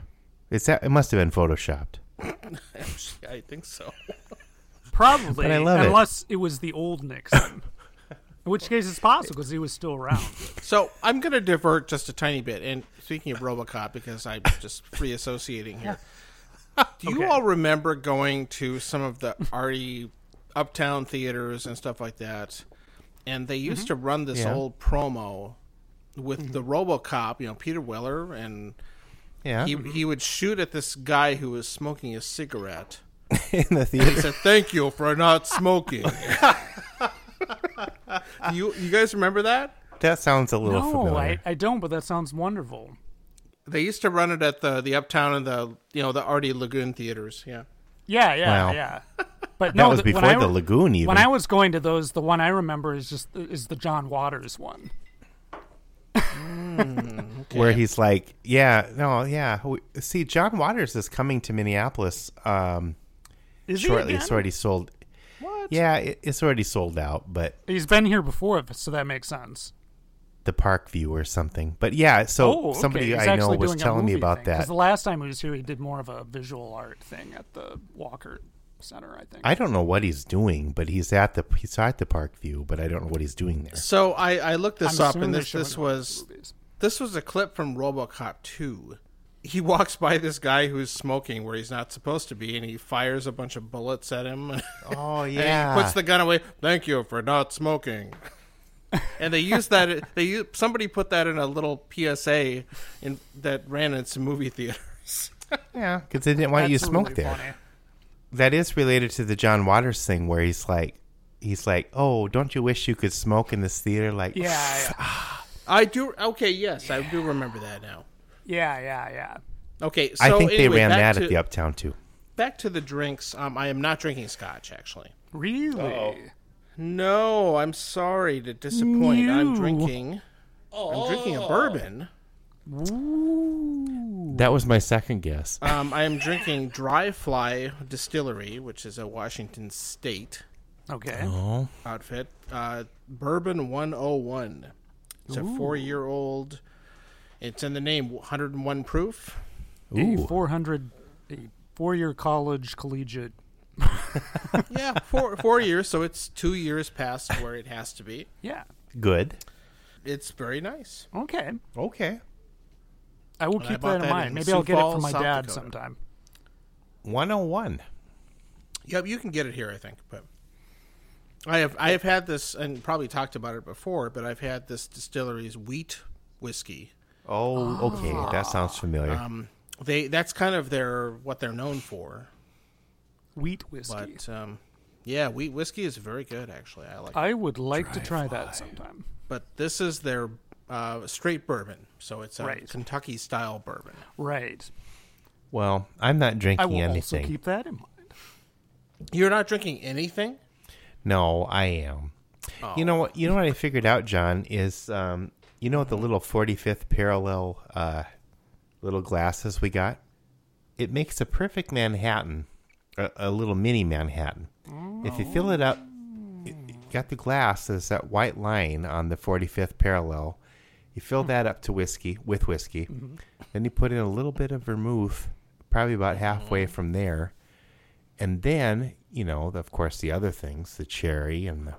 [SPEAKER 3] It's that it must have been photoshopped.
[SPEAKER 1] I think so.
[SPEAKER 2] Probably,
[SPEAKER 3] I love it.
[SPEAKER 2] unless it. was the old Nixon, in which case it's possible because he was still around.
[SPEAKER 1] So I'm going to divert just a tiny bit. And speaking of RoboCop, because I'm just free associating here, do you
[SPEAKER 2] Okay.
[SPEAKER 1] all remember going to some of the arty uptown theaters and stuff like that? And they used to run this
[SPEAKER 3] Yeah.
[SPEAKER 1] old promo with the RoboCop, you know, Peter Weller, and
[SPEAKER 3] Yeah,
[SPEAKER 1] he he would shoot at this guy who was smoking a cigarette.
[SPEAKER 3] in the
[SPEAKER 1] He
[SPEAKER 3] theater.
[SPEAKER 1] said, "Thank you for not smoking." you you guys remember that?
[SPEAKER 3] that sounds a little
[SPEAKER 2] no,
[SPEAKER 3] familiar.
[SPEAKER 2] I, I don't. But that sounds wonderful.
[SPEAKER 1] They used to run it at the the Uptown and the you know the Artie Lagoon theaters. Yeah,
[SPEAKER 2] Yeah, yeah,
[SPEAKER 3] Wow.
[SPEAKER 2] yeah. But
[SPEAKER 3] that
[SPEAKER 2] no,
[SPEAKER 3] was
[SPEAKER 2] th- when
[SPEAKER 3] before
[SPEAKER 2] I
[SPEAKER 3] the
[SPEAKER 2] re-
[SPEAKER 3] lagoon. Even
[SPEAKER 2] When I was going to those, the one I remember is just is the John Waters one.
[SPEAKER 3] where he's like, yeah, no, yeah. We, see, John Waters is coming to Minneapolis um,
[SPEAKER 2] Is
[SPEAKER 3] shortly.
[SPEAKER 2] he
[SPEAKER 3] It's already sold. What? Yeah, it, it's already sold out, but
[SPEAKER 2] He's been here before, so that makes sense.
[SPEAKER 3] the Park View or something. But yeah, so
[SPEAKER 2] oh, okay.
[SPEAKER 3] somebody
[SPEAKER 2] He's
[SPEAKER 3] I know
[SPEAKER 2] actually
[SPEAKER 3] was
[SPEAKER 2] doing a
[SPEAKER 3] telling me
[SPEAKER 2] movie
[SPEAKER 3] about
[SPEAKER 2] thing, 'cause
[SPEAKER 3] that.
[SPEAKER 2] the last time he was here, he did more of a visual art thing at the Walker Center, I think.
[SPEAKER 3] I don't know what he's doing, but he's at the he's at the Park View, but I don't know what he's doing there.
[SPEAKER 1] So I, I looked this
[SPEAKER 2] I'm
[SPEAKER 1] up,
[SPEAKER 2] assuming
[SPEAKER 1] and
[SPEAKER 2] they're
[SPEAKER 1] this this
[SPEAKER 2] showing all
[SPEAKER 1] was
[SPEAKER 2] movies.
[SPEAKER 1] this was a clip from RoboCop Two. He walks by this guy who's smoking where he's not supposed to be, and he fires a bunch of bullets at him.
[SPEAKER 3] Oh
[SPEAKER 1] and he puts the gun away. Thank you for not smoking. and they used that. They u- somebody put that in a little PSA in that ran in some movie theaters.
[SPEAKER 3] yeah, because they didn't want you to
[SPEAKER 2] That's
[SPEAKER 3] smoke
[SPEAKER 2] really
[SPEAKER 3] there.
[SPEAKER 2] funny.
[SPEAKER 3] That is related to the John Waters thing, where he's like, he's like, oh, don't you wish you could smoke in this theater? Like,
[SPEAKER 2] Yeah, yeah,
[SPEAKER 1] I do. Okay, yes, I do remember that now.
[SPEAKER 2] yeah, yeah, yeah.
[SPEAKER 1] Okay, so
[SPEAKER 3] I think they
[SPEAKER 1] anyway,
[SPEAKER 3] ran
[SPEAKER 1] back
[SPEAKER 3] that
[SPEAKER 1] to,
[SPEAKER 3] at the Uptown too.
[SPEAKER 1] Back to the drinks. Um, I am not drinking scotch actually.
[SPEAKER 2] Really?
[SPEAKER 1] No, I'm sorry to disappoint. I'm
[SPEAKER 2] No.
[SPEAKER 1] drinking. I'm drinking a bourbon.
[SPEAKER 3] That was my second guess.
[SPEAKER 1] Um, I am drinking Dry Fly Distillery, which is a Washington State
[SPEAKER 2] Okay.
[SPEAKER 3] Oh.
[SPEAKER 1] outfit. Uh, bourbon 101. It's a four-year-old. It's in the name, 101 proof.
[SPEAKER 2] A 400, a four-year college collegiate.
[SPEAKER 1] Yeah, four four years, so it's two years past where it has to be.
[SPEAKER 2] Yeah.
[SPEAKER 3] Good.
[SPEAKER 1] It's very nice.
[SPEAKER 2] Okay.
[SPEAKER 3] Okay.
[SPEAKER 2] I will
[SPEAKER 1] I
[SPEAKER 2] keep
[SPEAKER 1] bought
[SPEAKER 2] that in
[SPEAKER 1] that in
[SPEAKER 2] mind. Maybe
[SPEAKER 1] Sioux
[SPEAKER 2] I'll get it
[SPEAKER 1] Falls,
[SPEAKER 2] from my
[SPEAKER 1] South
[SPEAKER 2] dad
[SPEAKER 1] Dakota.
[SPEAKER 2] sometime.
[SPEAKER 3] One oh one.
[SPEAKER 1] Yep, you can get it here, I think. But I have I have had this and probably talked about it before, but I've had this distillery's wheat whiskey.
[SPEAKER 3] Oh, okay. That sounds familiar.
[SPEAKER 2] Um,
[SPEAKER 1] They that's kind of their what they're known for.
[SPEAKER 2] Wheat whiskey.
[SPEAKER 1] But um, yeah, wheat whiskey is very good actually. I like. it.
[SPEAKER 2] I would like to try that sometime.
[SPEAKER 1] But this is their uh, straight bourbon, so it's a
[SPEAKER 2] Right.
[SPEAKER 1] Kentucky style bourbon.
[SPEAKER 2] Right.
[SPEAKER 3] well, I'm not
[SPEAKER 2] I
[SPEAKER 3] drinking
[SPEAKER 2] will
[SPEAKER 3] anything.
[SPEAKER 2] also keep that in mind.
[SPEAKER 1] You're not drinking anything.
[SPEAKER 3] No, I am. You know what? You know what I figured out, John, is um, you know the little forty fifth parallel uh, little glasses we got. It makes a perfect Manhattan, a, a little mini Manhattan. If you fill it up, it, it got the glass as that white line on the forty fifth parallel. You fill that up to whiskey with whiskey, then you put in a little bit of vermouth, probably about halfway from there, and then you know, the- of course, the other things, the cherry and the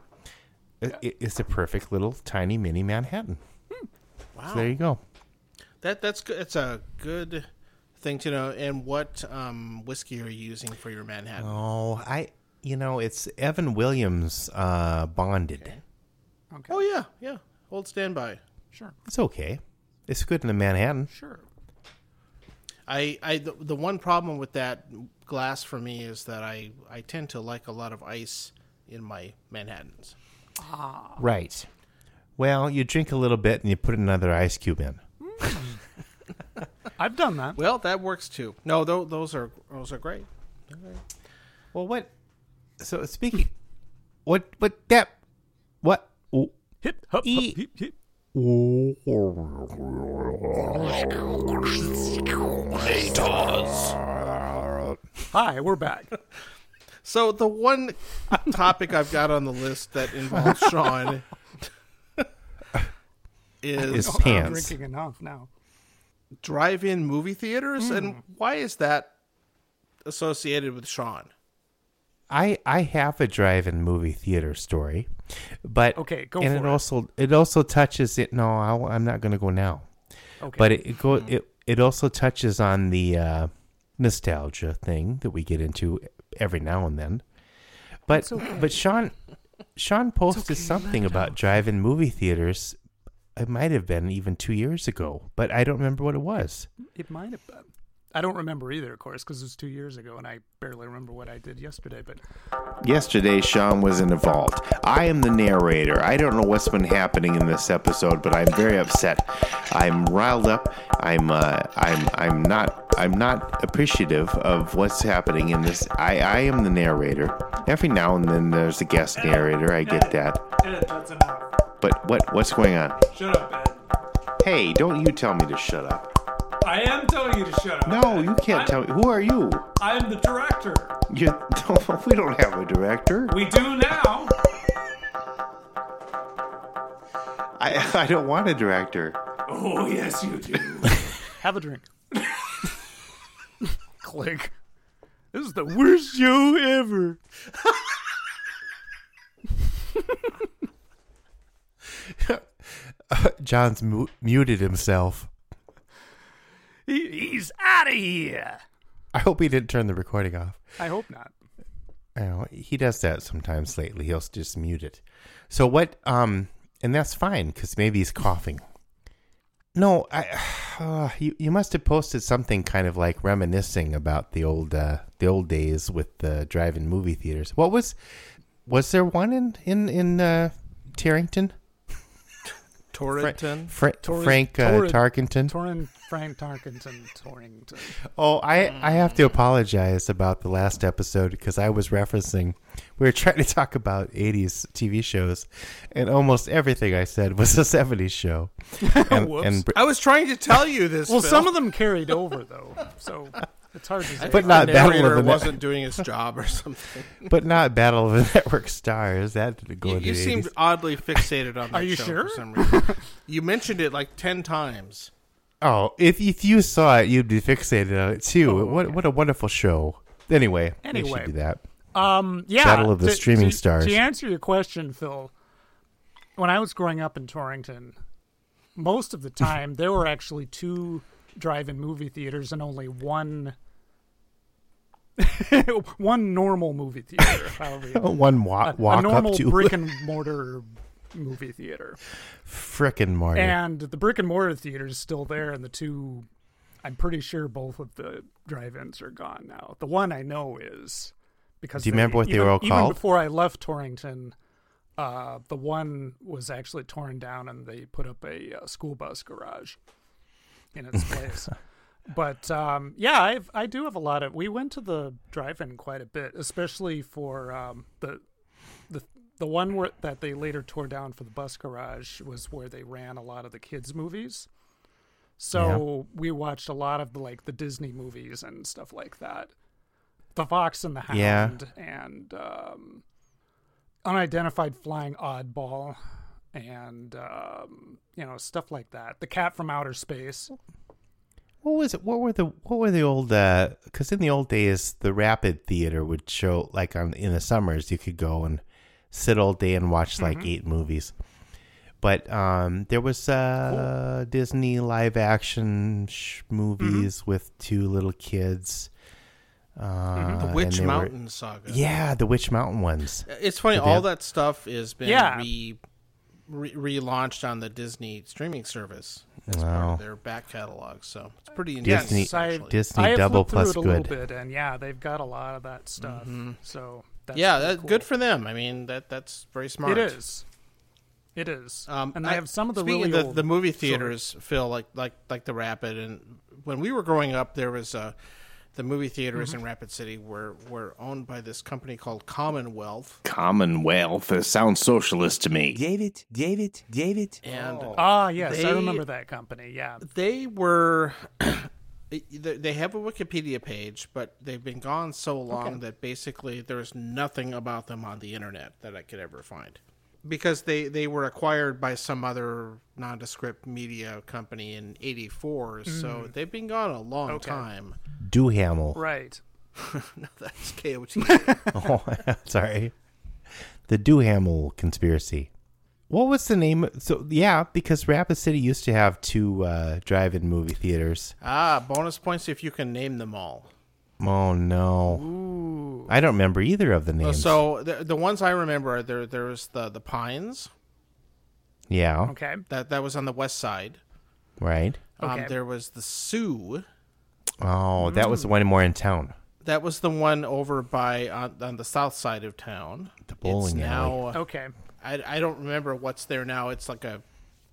[SPEAKER 3] it- it- It's a perfect little tiny mini Manhattan. So there you go.
[SPEAKER 1] That that's good. It's a good thing to know. And what um, whiskey are you using for your Manhattan?
[SPEAKER 3] Oh, I, you know, it's Evan Williams uh, bonded.
[SPEAKER 1] Oh yeah, yeah. Old standby.
[SPEAKER 2] Sure,
[SPEAKER 3] It's okay. It's good in a Manhattan.
[SPEAKER 2] sure.
[SPEAKER 1] I, I the, the one problem with that glass for me is that I, I tend to like a lot of ice in my Manhattans.
[SPEAKER 3] Right. Well, you drink a little bit and you put another ice cube in.
[SPEAKER 2] I've done that.
[SPEAKER 1] Well, that works too. No, tho- those are those are great.
[SPEAKER 3] Well, what? So speaking, what? What that? What?
[SPEAKER 2] Hip, hop,
[SPEAKER 3] E-
[SPEAKER 2] hop, hip, hip. Hi, we're back.
[SPEAKER 1] So the one topic I've got on the list that involves Sean is
[SPEAKER 3] Is
[SPEAKER 2] I'm
[SPEAKER 3] pants?
[SPEAKER 2] drinking enough now.
[SPEAKER 1] drive-in movie theaters, and why is that associated with Sean?
[SPEAKER 3] I I have a drive-in movie theater story, but
[SPEAKER 2] Okay, go
[SPEAKER 3] and
[SPEAKER 2] for
[SPEAKER 3] it,
[SPEAKER 2] it.
[SPEAKER 3] also it also touches it. No, I, am not going to go now.
[SPEAKER 2] Okay. Mm-hmm.
[SPEAKER 3] But it, it go it it also touches on the uh, nostalgia thing that we get into every now and then. But but Sean Sean posted something about drive-in movie theaters. It might have been even two years ago, but I don't remember what it was.
[SPEAKER 2] It might have been. I don't remember either, of course, because it was two years ago, and I barely remember what I did yesterday. But
[SPEAKER 3] Yesterday, Sean was in a vault. I am the narrator. I don't know what's been happening in this episode, but I'm very upset. I'm riled up. I'm uh, I'm I'm not I'm not appreciative of what's happening in this. I I am the narrator. Every now and then, there's a guest narrator. I get that.
[SPEAKER 2] that's enough.
[SPEAKER 3] But what what's going on?
[SPEAKER 2] Shut up, Ed.
[SPEAKER 3] Hey, don't you tell me to shut up.
[SPEAKER 2] I am telling you to shut up.
[SPEAKER 3] No, you can't tell me. Who are you?
[SPEAKER 2] I'm the director.
[SPEAKER 3] You we don't have a director.
[SPEAKER 2] We do now.
[SPEAKER 3] I I don't want a director.
[SPEAKER 2] Oh yes, you do. Have a drink. Click. This is the worst show ever.
[SPEAKER 3] John's mu- muted himself.
[SPEAKER 2] He- he's out of here.
[SPEAKER 3] I hope he didn't turn the recording off.
[SPEAKER 2] I hope not.
[SPEAKER 3] I know, he does that sometimes lately. He'll just mute it. So what? Um, and that's fine because maybe he's coughing. No, I. Uh, you you must have posted something kind of like reminiscing about the old uh, the old days with the drive-in movie theaters. What was was there one in in in uh, Tarrington?
[SPEAKER 1] Torrington.
[SPEAKER 3] Fra-
[SPEAKER 2] Torre-
[SPEAKER 3] Frank uh,
[SPEAKER 2] Torre-
[SPEAKER 3] Tarkington.
[SPEAKER 2] Torin Frank Tarkington Torrington.
[SPEAKER 3] Oh, I
[SPEAKER 2] Mm.
[SPEAKER 3] I have to apologize about the last episode because I was referencing we were trying to talk about 80s TV shows and almost everything I said was a 70s show. And, and
[SPEAKER 1] I was trying to tell you this.
[SPEAKER 2] Oh, Well,
[SPEAKER 1] Phil.
[SPEAKER 2] some of them carried over though, so it's hard to say.
[SPEAKER 3] but not
[SPEAKER 1] the
[SPEAKER 3] Battle
[SPEAKER 1] narrator
[SPEAKER 3] of the
[SPEAKER 1] wasn't doing his job or something.
[SPEAKER 3] but not Battle of the Network Stars. That didn't go
[SPEAKER 1] You,
[SPEAKER 3] into
[SPEAKER 1] you
[SPEAKER 3] the
[SPEAKER 1] seemed
[SPEAKER 3] 80s.
[SPEAKER 1] oddly fixated on that
[SPEAKER 2] you
[SPEAKER 1] show
[SPEAKER 2] sure?
[SPEAKER 1] for some reason. you mentioned it like 10 times.
[SPEAKER 3] Oh, if if you saw it, you'd be fixated on it too. what what a wonderful show. Anyway, we should
[SPEAKER 2] Oh, Anyway.
[SPEAKER 3] do that.
[SPEAKER 2] Um, yeah.
[SPEAKER 3] Battle of the
[SPEAKER 2] to-
[SPEAKER 3] Streaming
[SPEAKER 2] to-
[SPEAKER 3] Stars.
[SPEAKER 2] To answer your question, Phil, when I was growing up in Torrington, most of the time there were actually two drive-in movie theaters and only one one normal movie theater. However, you-
[SPEAKER 3] Oh, One walk, walk
[SPEAKER 2] a normal
[SPEAKER 3] up to
[SPEAKER 2] brick and mortar movie theater,
[SPEAKER 3] frickin' Marty.
[SPEAKER 2] and the brick and mortar theater is still there, and the two. I'm pretty sure both of the drive-ins are gone now. The one I know is because
[SPEAKER 3] Do you remember what they
[SPEAKER 2] even-
[SPEAKER 3] were all
[SPEAKER 2] Even
[SPEAKER 3] called?
[SPEAKER 2] before I left Torrington, uh, the one was actually torn down and they put up a uh, school bus garage in its place. but um, yeah, I've, I do have a lot of. We went to the drive-in quite a bit, especially for um, the the The one where, that they later tore down for the bus garage was where they ran a lot of the kids' movies. So we watched a lot of like the Disney movies and stuff like that. The Fox and the
[SPEAKER 3] Yeah.
[SPEAKER 2] Hound and um, Unidentified Flying Oddball and um, you know stuff like that. The Cat from Outer Space.
[SPEAKER 3] What was it? What were the what were the old? Because in the old days, the Rapid Theater would show like on in the summers you could go and sit all day and watch like
[SPEAKER 1] Mm-hmm.
[SPEAKER 3] eight movies. But um, there was uh, Disney live action sh-
[SPEAKER 1] Mm-hmm.
[SPEAKER 3] movies with two little kids. Uh,
[SPEAKER 1] Mm-hmm. the
[SPEAKER 3] and
[SPEAKER 1] Witch
[SPEAKER 3] they were-
[SPEAKER 1] Mountain saga.
[SPEAKER 3] yeah, the Witch Mountain ones.
[SPEAKER 1] It's funny.
[SPEAKER 3] they
[SPEAKER 1] All
[SPEAKER 3] have-
[SPEAKER 1] that stuff is been
[SPEAKER 2] Yeah.
[SPEAKER 1] re, re, relaunched on the Disney streaming service as part
[SPEAKER 3] Wow.
[SPEAKER 1] of their back catalog. So it's pretty intense.
[SPEAKER 3] Disney
[SPEAKER 2] Yes, I-
[SPEAKER 1] actually.
[SPEAKER 3] Disney
[SPEAKER 2] I have
[SPEAKER 3] Double
[SPEAKER 2] flipped through
[SPEAKER 3] Plus
[SPEAKER 2] it a
[SPEAKER 3] Good.
[SPEAKER 2] little bit, and yeah, they've got a lot of that stuff. So
[SPEAKER 1] Mm-hmm.
[SPEAKER 2] that's
[SPEAKER 1] yeah,
[SPEAKER 2] pretty
[SPEAKER 1] that,
[SPEAKER 2] cool.
[SPEAKER 1] good for them. I mean, that that's very smart.
[SPEAKER 2] It is. It is. and they
[SPEAKER 1] Um, I-
[SPEAKER 2] have some of the
[SPEAKER 1] speaking
[SPEAKER 2] really
[SPEAKER 1] the,
[SPEAKER 2] old
[SPEAKER 1] the movie
[SPEAKER 2] short-
[SPEAKER 1] theaters feel like like like the Rapid and when we were growing up there was a the movie theaters
[SPEAKER 2] Mm-hmm.
[SPEAKER 1] in Rapid City were were owned by this company called Commonwealth
[SPEAKER 6] Commonwealth. It sounds socialist to me.
[SPEAKER 7] David, David, David.
[SPEAKER 1] and
[SPEAKER 2] Ah, yes, I
[SPEAKER 1] They-
[SPEAKER 2] remember that company. Yeah.
[SPEAKER 1] they were they- they have a Wikipedia page but they've been gone so long that basically there's nothing about them on the internet that I could ever find because they they were acquired by some other nondescript media company in 84 so they've been gone a long time
[SPEAKER 3] Doohamel.
[SPEAKER 2] Right.
[SPEAKER 1] No, that's KOT.
[SPEAKER 3] Oh, sorry. The Doohamel conspiracy. What was the name? So yeah, because Rapid City used to have two uh, drive-in movie theaters.
[SPEAKER 1] ah, bonus points if you can name them all.
[SPEAKER 3] Oh no, I don't remember either of
[SPEAKER 2] Oh,
[SPEAKER 3] the names.
[SPEAKER 1] Uh, So the, the ones I remember are there. There was the the Pines
[SPEAKER 3] yeah,
[SPEAKER 2] Okay.
[SPEAKER 1] that that was on the west side.
[SPEAKER 3] right.
[SPEAKER 1] Um,
[SPEAKER 2] Okay.
[SPEAKER 1] there was the Sioux.
[SPEAKER 3] Oh, that
[SPEAKER 2] Mm.
[SPEAKER 3] was the one more in town.
[SPEAKER 1] That was the one over by on, on the south side of town. The
[SPEAKER 3] bowling
[SPEAKER 1] it's now,
[SPEAKER 2] Okay.
[SPEAKER 1] I I don't remember what's there now. It's like a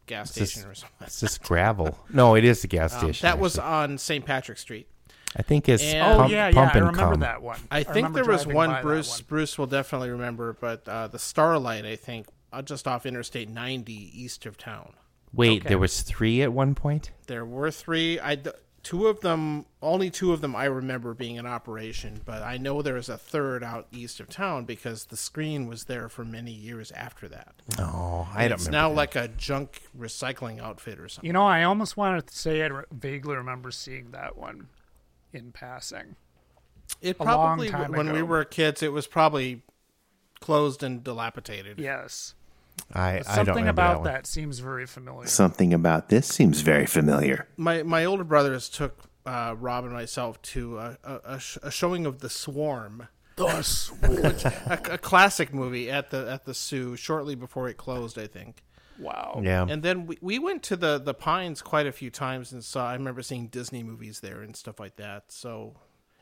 [SPEAKER 1] gas
[SPEAKER 3] It's
[SPEAKER 1] station or
[SPEAKER 3] just,
[SPEAKER 1] something.
[SPEAKER 3] it's just gravel. No, it is the gas
[SPEAKER 2] Um,
[SPEAKER 3] station.
[SPEAKER 1] That was
[SPEAKER 3] actually.
[SPEAKER 1] on St. Patrick Street.
[SPEAKER 3] I think it's
[SPEAKER 1] and-
[SPEAKER 2] Oh
[SPEAKER 3] pump,
[SPEAKER 2] yeah, yeah.
[SPEAKER 3] pump
[SPEAKER 2] I
[SPEAKER 3] and
[SPEAKER 2] remember
[SPEAKER 3] Cum.
[SPEAKER 2] that one.
[SPEAKER 1] I think
[SPEAKER 2] remember
[SPEAKER 1] there was
[SPEAKER 2] driving by
[SPEAKER 1] one
[SPEAKER 2] that
[SPEAKER 1] Bruce. Bruce will definitely remember, but uh, the Starlight, I think, uh, just off Interstate 90 east of town.
[SPEAKER 3] Wait, there was three at one point.
[SPEAKER 1] There were three. I d- two of them, only two of them, I remember being in operation. But I know there was a third out east of town because the screen was there for many years after that.
[SPEAKER 3] Oh, I don't
[SPEAKER 1] it's
[SPEAKER 3] remember.
[SPEAKER 1] now like a junk recycling outfit or something.
[SPEAKER 2] You know, I almost wanted to say I re- vaguely remember seeing that one in passing.
[SPEAKER 1] It
[SPEAKER 2] long
[SPEAKER 1] probably
[SPEAKER 2] time
[SPEAKER 1] when we
[SPEAKER 2] ago.
[SPEAKER 1] were kids, it was probably closed and dilapidated.
[SPEAKER 2] Yes.
[SPEAKER 3] I, I don't
[SPEAKER 2] Something
[SPEAKER 3] remember
[SPEAKER 2] about
[SPEAKER 3] that.
[SPEAKER 2] that, seems very familiar.
[SPEAKER 6] Something about this seems very familiar.
[SPEAKER 1] my my older brothers took uh, Rob and myself to a, a, a, sh- a showing of The Swarm,
[SPEAKER 2] The Switch.
[SPEAKER 1] a, a classic movie at the at the Sioux shortly before it closed, I think.
[SPEAKER 2] wow.
[SPEAKER 3] one. Yeah.
[SPEAKER 1] And then we, we went to the the Pines quite a few times and saw. I remember seeing Disney movies there and stuff like that. So,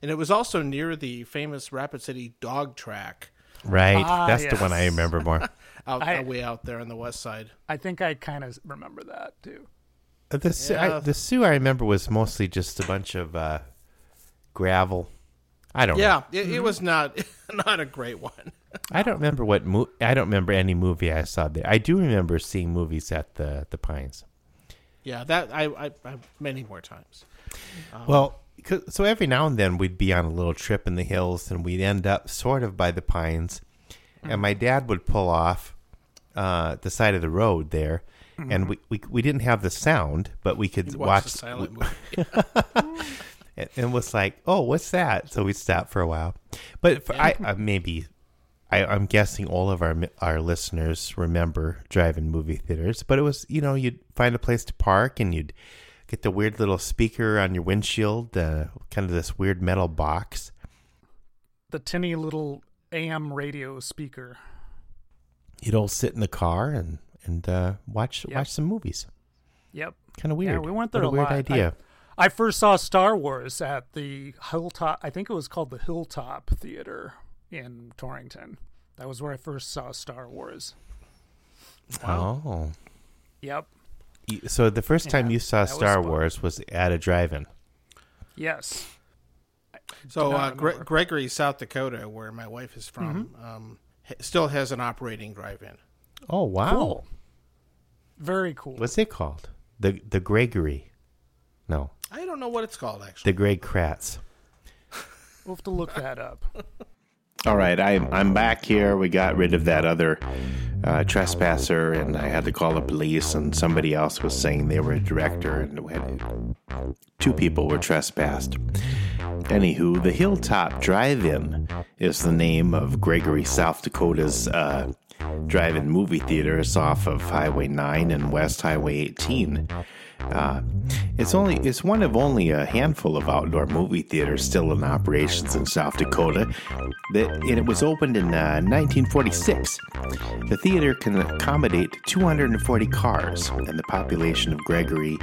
[SPEAKER 1] and it was also near the famous Rapid City dog track
[SPEAKER 3] Right.
[SPEAKER 2] Ah,
[SPEAKER 3] That's the one I
[SPEAKER 2] yes.
[SPEAKER 3] remember more. Uh,
[SPEAKER 1] out
[SPEAKER 2] I-
[SPEAKER 1] way out there on the west side.
[SPEAKER 2] I think I kind of remember that too.
[SPEAKER 3] The Sioux, I,
[SPEAKER 1] Yeah.
[SPEAKER 3] the Sioux I remember was mostly just a bunch of uh, gravel. I don't.
[SPEAKER 1] Yeah,
[SPEAKER 3] Know.
[SPEAKER 1] it,
[SPEAKER 2] Mm-hmm.
[SPEAKER 1] it was not not a great one.
[SPEAKER 3] I don't remember what mo- I don't remember any movie I saw there. I do remember seeing movies at the the Pines.
[SPEAKER 1] Yeah, that I, I, I many more times. Oh.
[SPEAKER 3] Well, 'cause- so every now and then we'd be on a little trip in the hills, and we'd end up sort of by the pines,
[SPEAKER 1] Mm.
[SPEAKER 3] and my dad would pull off uh, the side of the road there, and we, we we didn't have the sound, but we could
[SPEAKER 1] Watch,
[SPEAKER 3] watch
[SPEAKER 1] Mm. the silent movie.
[SPEAKER 3] and, and was like, "Oh, what's that?" So we stopped for a while, but for, I uh, maybe I, I'm guessing all of our mi- our listeners remember drive-in movie theaters. But it was you know you'd find a place to park and you'd get the weird little speaker on your windshield, uh, kind of this weird metal box.
[SPEAKER 2] The tinny little AM radio speaker.
[SPEAKER 3] You'd all sit in the car and and uh, watch
[SPEAKER 2] Yeah.
[SPEAKER 3] watch some movies.
[SPEAKER 2] Yep.
[SPEAKER 3] Kind of weird.
[SPEAKER 2] Yeah, we went there
[SPEAKER 3] What a,
[SPEAKER 2] a
[SPEAKER 3] weird
[SPEAKER 2] lot.
[SPEAKER 3] idea.
[SPEAKER 2] I first saw Star Wars at the Hilltop. I think it was called the Hilltop Theater in Torrington. That was where I first saw Star Wars.
[SPEAKER 3] Oh.
[SPEAKER 2] Yep.
[SPEAKER 3] Y- So the first time
[SPEAKER 2] Yeah,
[SPEAKER 3] you saw
[SPEAKER 2] that was
[SPEAKER 3] Star
[SPEAKER 2] fun.
[SPEAKER 3] Wars was at a drive-in.
[SPEAKER 2] Yes.
[SPEAKER 1] So
[SPEAKER 2] not
[SPEAKER 1] uh, Gre-
[SPEAKER 2] remember. Mm-hmm.
[SPEAKER 1] Gregory, South Dakota, where my wife is from, um, ha- still has an operating drive-in.
[SPEAKER 3] Oh wow.
[SPEAKER 2] Cool. Very cool.
[SPEAKER 3] What's it called? The the Gregory. No.
[SPEAKER 1] I don't know what it's called actually.
[SPEAKER 3] The Greg Kratz.
[SPEAKER 2] We'll have to look that up.
[SPEAKER 6] All right, I, I'm back here. We got rid of that other uh, trespasser, and I had to call the police, and somebody else was saying they were a director, and we had, two people were trespassed. Anywho, the Hilltop Drive In is the name of Gregory, South Dakota's uh, drive in movie theater. It's off of Highway 9 and West Highway 18. Uh, it's only it's one of only a handful of outdoor movie theaters still in operations in South Dakota. That and it was opened in uh, 1946. The theater can accommodate 240 cars, and the population of Gregory,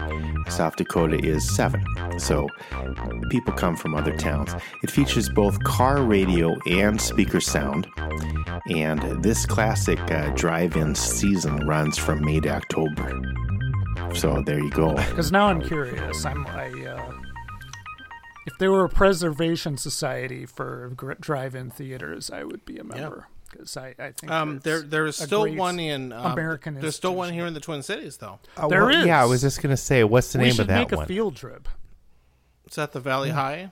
[SPEAKER 6] South Dakota, is seven. So people come from other towns. It features both car radio and speaker sound. And this classic uh, drive-in season runs from May to October. So there you go.
[SPEAKER 2] Because now I'm curious. I'm I. Uh, if there were a preservation society for gr- drive-in theaters, I would be a member. Because I, I think
[SPEAKER 1] Um, there
[SPEAKER 2] that's
[SPEAKER 1] there is
[SPEAKER 2] a
[SPEAKER 1] still
[SPEAKER 2] great-
[SPEAKER 1] one in um,
[SPEAKER 2] American
[SPEAKER 1] There's still one
[SPEAKER 2] institution.
[SPEAKER 1] here in the Twin Cities though.
[SPEAKER 3] Uh,
[SPEAKER 2] There
[SPEAKER 3] well, Yeah, I
[SPEAKER 2] is.
[SPEAKER 3] was just gonna say, what's the
[SPEAKER 2] we
[SPEAKER 3] name
[SPEAKER 2] should
[SPEAKER 3] of that
[SPEAKER 2] make a
[SPEAKER 3] one?
[SPEAKER 2] field trip.
[SPEAKER 1] It's at the Valley
[SPEAKER 2] Mm-hmm.
[SPEAKER 1] High.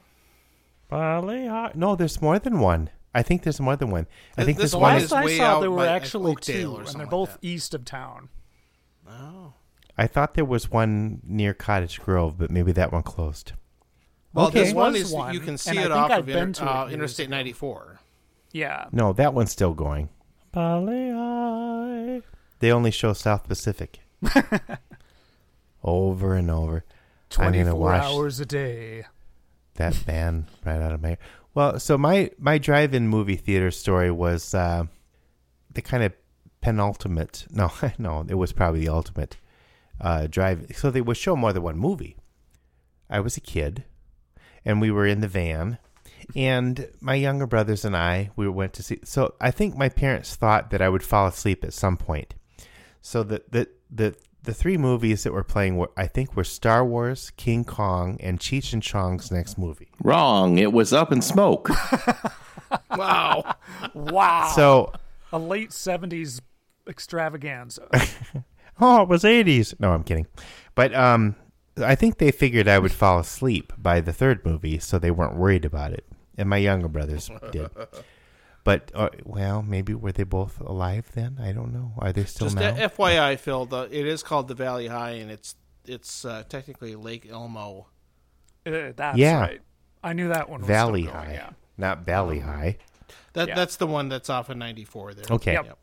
[SPEAKER 3] Bali High- No, there's more than one. I think there's more than one. I
[SPEAKER 1] Th-
[SPEAKER 3] think
[SPEAKER 1] this
[SPEAKER 3] this one
[SPEAKER 1] one
[SPEAKER 3] is.
[SPEAKER 1] is-
[SPEAKER 2] Last I
[SPEAKER 1] way
[SPEAKER 2] saw,
[SPEAKER 1] out
[SPEAKER 2] there were
[SPEAKER 1] by, like,
[SPEAKER 2] actually
[SPEAKER 1] Oakdale or
[SPEAKER 2] two, and
[SPEAKER 1] something
[SPEAKER 2] they're
[SPEAKER 1] like
[SPEAKER 2] both
[SPEAKER 1] that.
[SPEAKER 2] east of town.
[SPEAKER 1] Oh.
[SPEAKER 3] I thought there was one near Cottage Grove, but maybe that one closed.
[SPEAKER 1] Well,
[SPEAKER 3] Okay.
[SPEAKER 1] this one
[SPEAKER 2] There
[SPEAKER 1] is
[SPEAKER 2] was one,
[SPEAKER 1] you can
[SPEAKER 2] and
[SPEAKER 1] see
[SPEAKER 2] I
[SPEAKER 1] it
[SPEAKER 2] think
[SPEAKER 1] off
[SPEAKER 2] I've
[SPEAKER 1] of
[SPEAKER 2] been
[SPEAKER 1] inter,
[SPEAKER 2] to it
[SPEAKER 1] uh,
[SPEAKER 2] years
[SPEAKER 1] Interstate
[SPEAKER 2] ago.
[SPEAKER 1] 94.
[SPEAKER 2] Yeah,
[SPEAKER 3] No, that one's still going. Bali High. They only show South Pacific. over and over. I'm gonna
[SPEAKER 2] twenty-four
[SPEAKER 3] watch
[SPEAKER 2] hours a day.
[SPEAKER 3] that band right out of my. Well, so my my drive-in movie theater story was uh, the kind of penultimate. No, no, it was probably the ultimate uh, drive. So they would show more than one movie. I was a kid, and we were in the van, and my younger brothers and I we went to see. So I think my parents thought that I would fall asleep at some point. So the the the the three movies that were playing were I think were Star Wars, King Kong, and Cheech and Chong's next movie.
[SPEAKER 6] Wrong. It was up in smoke.
[SPEAKER 1] Wow.
[SPEAKER 2] Wow,
[SPEAKER 3] So
[SPEAKER 2] a late seventies extravaganza.
[SPEAKER 3] oh, it was eighties. No, I'm kidding. But um, I think they figured I would fall asleep by the third movie, so they weren't worried about it. And my younger brothers did. But uh, well, maybe were they both alive then? I don't know. Are they still
[SPEAKER 1] Just
[SPEAKER 3] now?
[SPEAKER 1] a- FYI, Phil, the, it is called the Valley High, and it's it's uh, technically Lake Elmo.
[SPEAKER 2] Uh, that's
[SPEAKER 3] Yeah.
[SPEAKER 2] right. I knew that one. Was still
[SPEAKER 3] Valley
[SPEAKER 2] going,
[SPEAKER 3] High,
[SPEAKER 2] Yeah. Um,
[SPEAKER 3] not Valley High.
[SPEAKER 1] That
[SPEAKER 2] Yeah.
[SPEAKER 1] that's the one that's off of 94. There.
[SPEAKER 3] Okay.
[SPEAKER 2] Yep.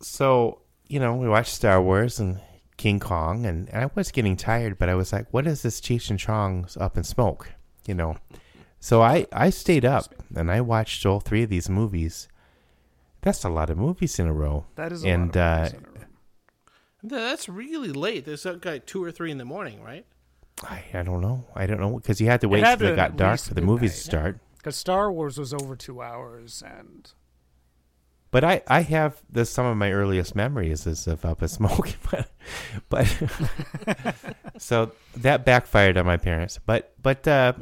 [SPEAKER 3] so you know we watched Star Wars and King Kong, and, and I was getting tired, but I was like, "What is this Cheech and Chong's Up in Smoke?" You know, so I I stayed up and I watched all three of these movies. That's a lot of movies in a row.
[SPEAKER 2] That is a
[SPEAKER 3] and
[SPEAKER 2] lot of movies
[SPEAKER 3] uh,
[SPEAKER 2] in a row.
[SPEAKER 1] Th- That's really late. There's that guy two or three in the morning, right?
[SPEAKER 3] I, I don't know. I don't know because you had to wait
[SPEAKER 2] had
[SPEAKER 3] till
[SPEAKER 2] to
[SPEAKER 3] it
[SPEAKER 2] at
[SPEAKER 3] got dark
[SPEAKER 2] least
[SPEAKER 3] for the movies to
[SPEAKER 2] midnight.
[SPEAKER 3] start.
[SPEAKER 2] Because Star Wars was over two hours, and
[SPEAKER 3] But I, I have the, some of my earliest memories is of up a smoke, but, but so that backfired on my parents. But but uh,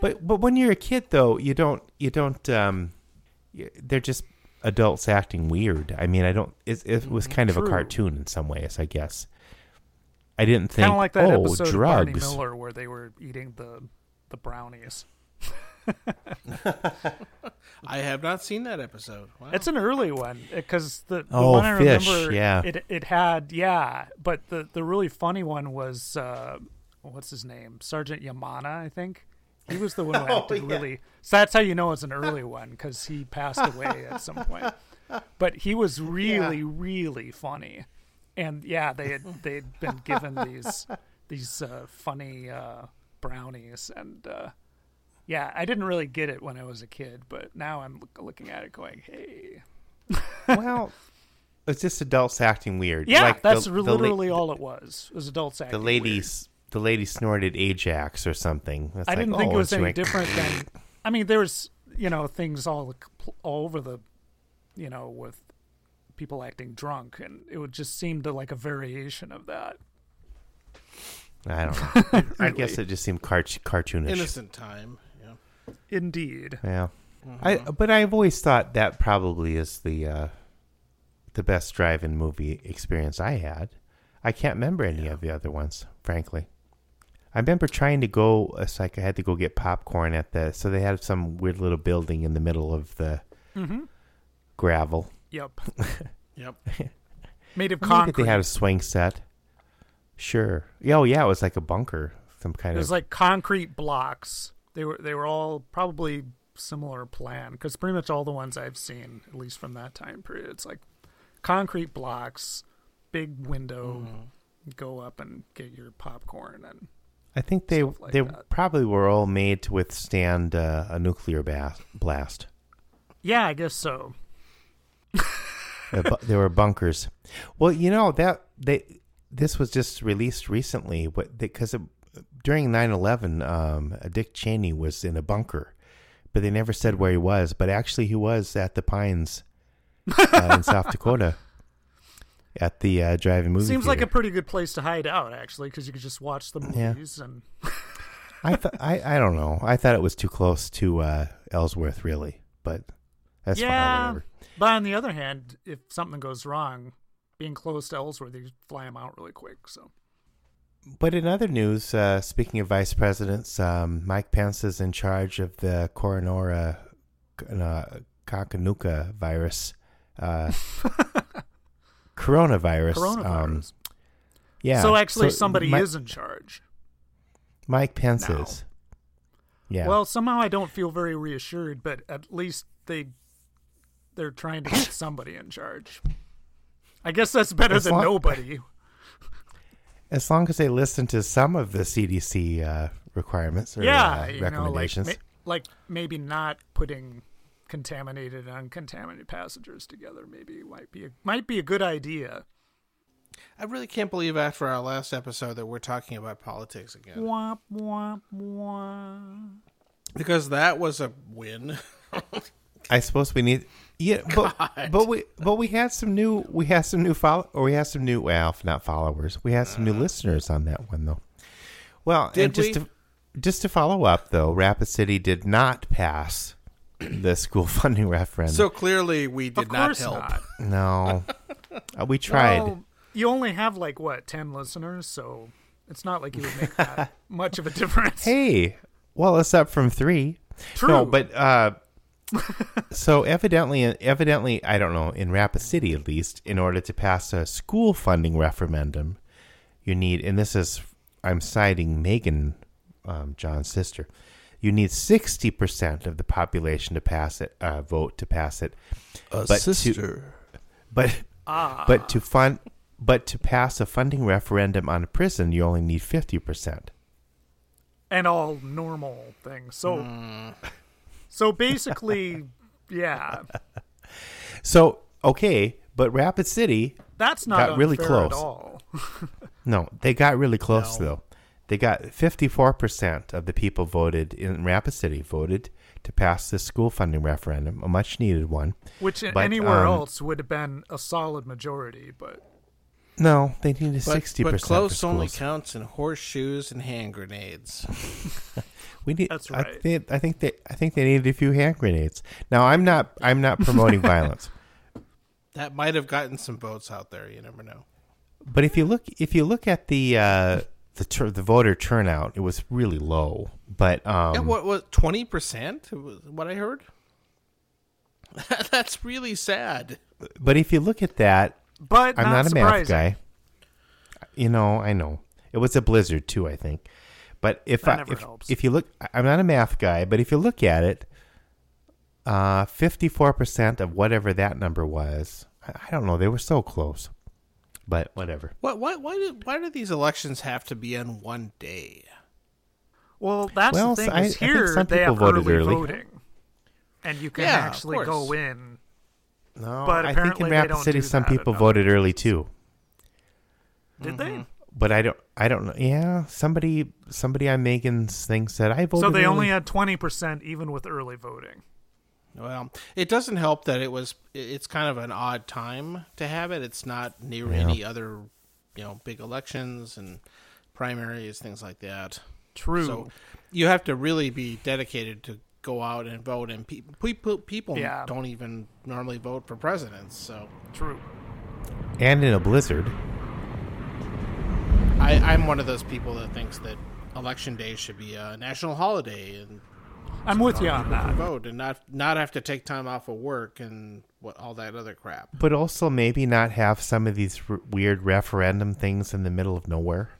[SPEAKER 3] but but when you're a kid though, you don't you don't um, y- they're just adults acting weird. I mean, I don't. It, it was kind of
[SPEAKER 2] Mm-hmm. True.
[SPEAKER 3] a cartoon in some ways, I guess. I didn't think.
[SPEAKER 2] kind of like that
[SPEAKER 3] oh,
[SPEAKER 2] episode of Barney
[SPEAKER 3] drugs.
[SPEAKER 2] Miller where they were eating the the brownies.
[SPEAKER 1] I have not seen that episode. Wow.
[SPEAKER 2] It's an early one because the, the
[SPEAKER 3] Oh,
[SPEAKER 2] one I
[SPEAKER 3] fish,
[SPEAKER 2] remember,
[SPEAKER 3] yeah.
[SPEAKER 2] it it had yeah, but the the really funny one was uh, what's his name, Sergeant Yamana, I think. He was the one who
[SPEAKER 3] Oh,
[SPEAKER 2] acted really. So that's how you know it's an early one because he passed away at some point. But he was really, really funny, and yeah, they had they'd been given these these uh, funny uh, brownies, and uh, yeah, I didn't really get it when I was a kid, but now I'm look- looking at it going, hey,
[SPEAKER 3] well, it's just adults acting weird.
[SPEAKER 2] Yeah,
[SPEAKER 3] Like the-
[SPEAKER 2] that's
[SPEAKER 3] the
[SPEAKER 2] re-
[SPEAKER 3] la-
[SPEAKER 2] literally all it was. Was adults acting.
[SPEAKER 3] the
[SPEAKER 2] weird.
[SPEAKER 3] lady s- the lady snorted Ajax or something. That's
[SPEAKER 2] I
[SPEAKER 3] like,
[SPEAKER 2] didn't think
[SPEAKER 3] oh,
[SPEAKER 2] it was
[SPEAKER 3] and she
[SPEAKER 2] any
[SPEAKER 3] went,
[SPEAKER 2] different than. I mean, there was you know things all ac- all over the, you know, with people acting drunk, and it would just seem to like a variation of that.
[SPEAKER 3] I don't know. I guess it just seemed cart- cartoonish.
[SPEAKER 1] innocent time. Yeah.
[SPEAKER 2] Indeed.
[SPEAKER 3] Yeah. I but I've always thought that probably is the uh, the best drive-in movie experience I had. I can't remember any of the other ones, frankly. I remember trying to go. It's like I had to go get popcorn at the. So they had some weird little building in the middle of the
[SPEAKER 2] Mm-hmm.
[SPEAKER 3] gravel.
[SPEAKER 2] Yep.
[SPEAKER 1] Yep.
[SPEAKER 2] Made of
[SPEAKER 3] I think
[SPEAKER 2] concrete.
[SPEAKER 3] they had a swing set. Sure. Yeah, Oh yeah, it was like a bunker, some kind
[SPEAKER 2] It was
[SPEAKER 3] of.
[SPEAKER 2] like concrete blocks. They were they were all probably similar plan because pretty much all the ones I've seen, at least from that time period, it's like concrete blocks, big window,
[SPEAKER 3] Mm-hmm.
[SPEAKER 2] go up and get your popcorn and
[SPEAKER 3] I think they
[SPEAKER 2] stuff like
[SPEAKER 3] they
[SPEAKER 2] that.
[SPEAKER 3] probably were all made to withstand uh, a nuclear ba- blast.
[SPEAKER 2] yeah, I guess so.
[SPEAKER 3] Uh, bu- there were bunkers. Well, you know that they this was just released recently, but because it, during 9-11, um, Dick Cheney was in a bunker, but they never said where he was. But actually, he was at the Pines uh, in South Dakota at the uh, drive-in movie.
[SPEAKER 2] Seems like a
[SPEAKER 3] theater.
[SPEAKER 2] pretty good place to hide out actually because you could just watch the
[SPEAKER 3] Yeah.
[SPEAKER 2] movies and
[SPEAKER 3] I thought I, I don't know. I thought it was too close to uh, Ellsworth, really, but that's fine.
[SPEAKER 2] yeah.
[SPEAKER 3] Whatever.
[SPEAKER 2] But on the other hand, if something goes wrong, being close to Ellsworth, you fly them out really quick. So
[SPEAKER 3] But in other news, uh, speaking of vice presidents, um, Mike Pence is in charge of the Coronora uh, Kakanuka virus. Uh, coronavirus. um,
[SPEAKER 2] coronavirus.
[SPEAKER 3] yeah.
[SPEAKER 2] So actually, somebody
[SPEAKER 3] Mi-
[SPEAKER 2] is in charge.
[SPEAKER 3] Mike Pence
[SPEAKER 2] now.
[SPEAKER 3] is. Yeah.
[SPEAKER 2] Well, somehow I don't feel very reassured, but at least they they're trying to get somebody in charge. I guess that's better
[SPEAKER 3] As
[SPEAKER 2] than
[SPEAKER 3] long-
[SPEAKER 2] nobody.
[SPEAKER 3] as long as they listen to some of the CDC uh, requirements or
[SPEAKER 2] yeah,
[SPEAKER 3] uh,
[SPEAKER 2] you know, like,
[SPEAKER 3] recommendations.
[SPEAKER 2] ma- like maybe not putting contaminated and uncontaminated passengers together maybe might be a, might be a good idea.
[SPEAKER 1] I really can't believe after our last episode that we're talking about politics again.
[SPEAKER 2] Womp womp womp.
[SPEAKER 1] Because that was a win.
[SPEAKER 3] I suppose we need. Yeah, but, but we but we had some new we had some new follow or we had some new well not followers we had some new listeners on that one though. Well, and
[SPEAKER 1] Uh-huh. Did
[SPEAKER 3] just
[SPEAKER 1] we?
[SPEAKER 3] to just to follow up though, Rapid City did not pass the school funding referendum.
[SPEAKER 1] so clearly we did
[SPEAKER 2] Of
[SPEAKER 1] not
[SPEAKER 2] course
[SPEAKER 1] help.
[SPEAKER 2] not.
[SPEAKER 3] no, Uh, we tried.
[SPEAKER 2] Well, you only have like what ten listeners, so it's not like you would make that much of a difference.
[SPEAKER 3] Hey, well, it's up from three.
[SPEAKER 2] True.
[SPEAKER 3] No, but uh, so evidently, evidently, I don't know. In Rapid City, at least, in order to pass a school funding referendum, you need, and this is, I'm citing Megan, um, John's sister. You need sixty percent of the population to pass it, uh, vote to pass it.
[SPEAKER 4] A
[SPEAKER 3] But to-
[SPEAKER 4] sister.
[SPEAKER 3] But but to fund, but to pass a funding referendum on a prison, you only need fifty percent.
[SPEAKER 2] and all normal things. So,
[SPEAKER 3] Hmm.
[SPEAKER 2] so basically, yeah,
[SPEAKER 3] So okay, but Rapid City
[SPEAKER 2] that's not
[SPEAKER 3] Got really
[SPEAKER 2] unfair at
[SPEAKER 3] close.
[SPEAKER 2] all.
[SPEAKER 3] No, they got really close though. They got 54% of the people voted in Rapid City voted to pass this school funding referendum, a much needed one.
[SPEAKER 2] Which
[SPEAKER 3] But,
[SPEAKER 2] anywhere
[SPEAKER 3] um,
[SPEAKER 2] else would have been a solid majority, but
[SPEAKER 3] No, they needed
[SPEAKER 1] But,
[SPEAKER 3] 60%.
[SPEAKER 1] but
[SPEAKER 3] for
[SPEAKER 1] close only
[SPEAKER 3] schools.
[SPEAKER 1] counts in horseshoes and hand grenades.
[SPEAKER 3] We need.
[SPEAKER 2] That's
[SPEAKER 3] I,
[SPEAKER 2] right.
[SPEAKER 3] thi- I think they. I think they needed a few hand grenades. Now I'm not. I'm not promoting violence.
[SPEAKER 1] That might have gotten some votes out there. You never know.
[SPEAKER 3] But if you look, if you look at the uh, the tur the voter turnout, it was really low. But um,
[SPEAKER 1] yeah, what was twenty percent? What I heard. That's really sad.
[SPEAKER 3] but if you look at that,
[SPEAKER 2] but
[SPEAKER 3] I'm not, a math
[SPEAKER 2] surprising.
[SPEAKER 3] guy. You know, I know it was a blizzard too. I think, but if
[SPEAKER 2] That
[SPEAKER 3] I,
[SPEAKER 2] never
[SPEAKER 3] if,
[SPEAKER 2] helps.
[SPEAKER 3] if you look, I- I'm not a math guy, but if you look at it, uh, 54 percent of whatever that number was, I, I don't know. They were so close, but whatever.
[SPEAKER 1] What? Why? Why do? Why do these elections have to be in one day?
[SPEAKER 2] Well, that's
[SPEAKER 3] Well,
[SPEAKER 2] the
[SPEAKER 3] so
[SPEAKER 2] thing.
[SPEAKER 3] I-
[SPEAKER 2] is
[SPEAKER 3] I think
[SPEAKER 2] here
[SPEAKER 3] some
[SPEAKER 2] they
[SPEAKER 3] people
[SPEAKER 2] have
[SPEAKER 3] voted
[SPEAKER 2] early,
[SPEAKER 3] early.
[SPEAKER 2] voting, and you can
[SPEAKER 1] Yeah, of
[SPEAKER 2] actually go
[SPEAKER 1] course.
[SPEAKER 2] in.
[SPEAKER 3] No,
[SPEAKER 2] But
[SPEAKER 3] I think in
[SPEAKER 2] apparently they
[SPEAKER 3] Rapid
[SPEAKER 2] don't
[SPEAKER 3] City,
[SPEAKER 2] do
[SPEAKER 3] some
[SPEAKER 2] that
[SPEAKER 3] people
[SPEAKER 2] at other
[SPEAKER 3] voted early too.
[SPEAKER 2] Did
[SPEAKER 3] Mm-hmm.
[SPEAKER 2] they?
[SPEAKER 3] But I don't, I don't know. Yeah, somebody, somebody on Megan's thing said I voted.
[SPEAKER 2] So they
[SPEAKER 3] early."
[SPEAKER 2] only had twenty percent, even with early voting.
[SPEAKER 1] Well, it doesn't help that it was. It's kind of an odd time to have it. It's not near
[SPEAKER 3] Yeah.
[SPEAKER 1] any other, you know, big elections and primaries, things like that.
[SPEAKER 2] True.
[SPEAKER 1] So you have to really be dedicated to go out and vote, and pe- people people
[SPEAKER 2] Yeah.
[SPEAKER 1] don't even normally vote for presidents. So
[SPEAKER 2] True.
[SPEAKER 3] And in a blizzard.
[SPEAKER 1] I, I'm one of those people that thinks that election day should be a national holiday and
[SPEAKER 2] I'm with you on that.
[SPEAKER 1] vote, and not not have to take time off of work and what all that other crap.
[SPEAKER 3] But also maybe not have some of these r- weird referendum things in the middle of nowhere.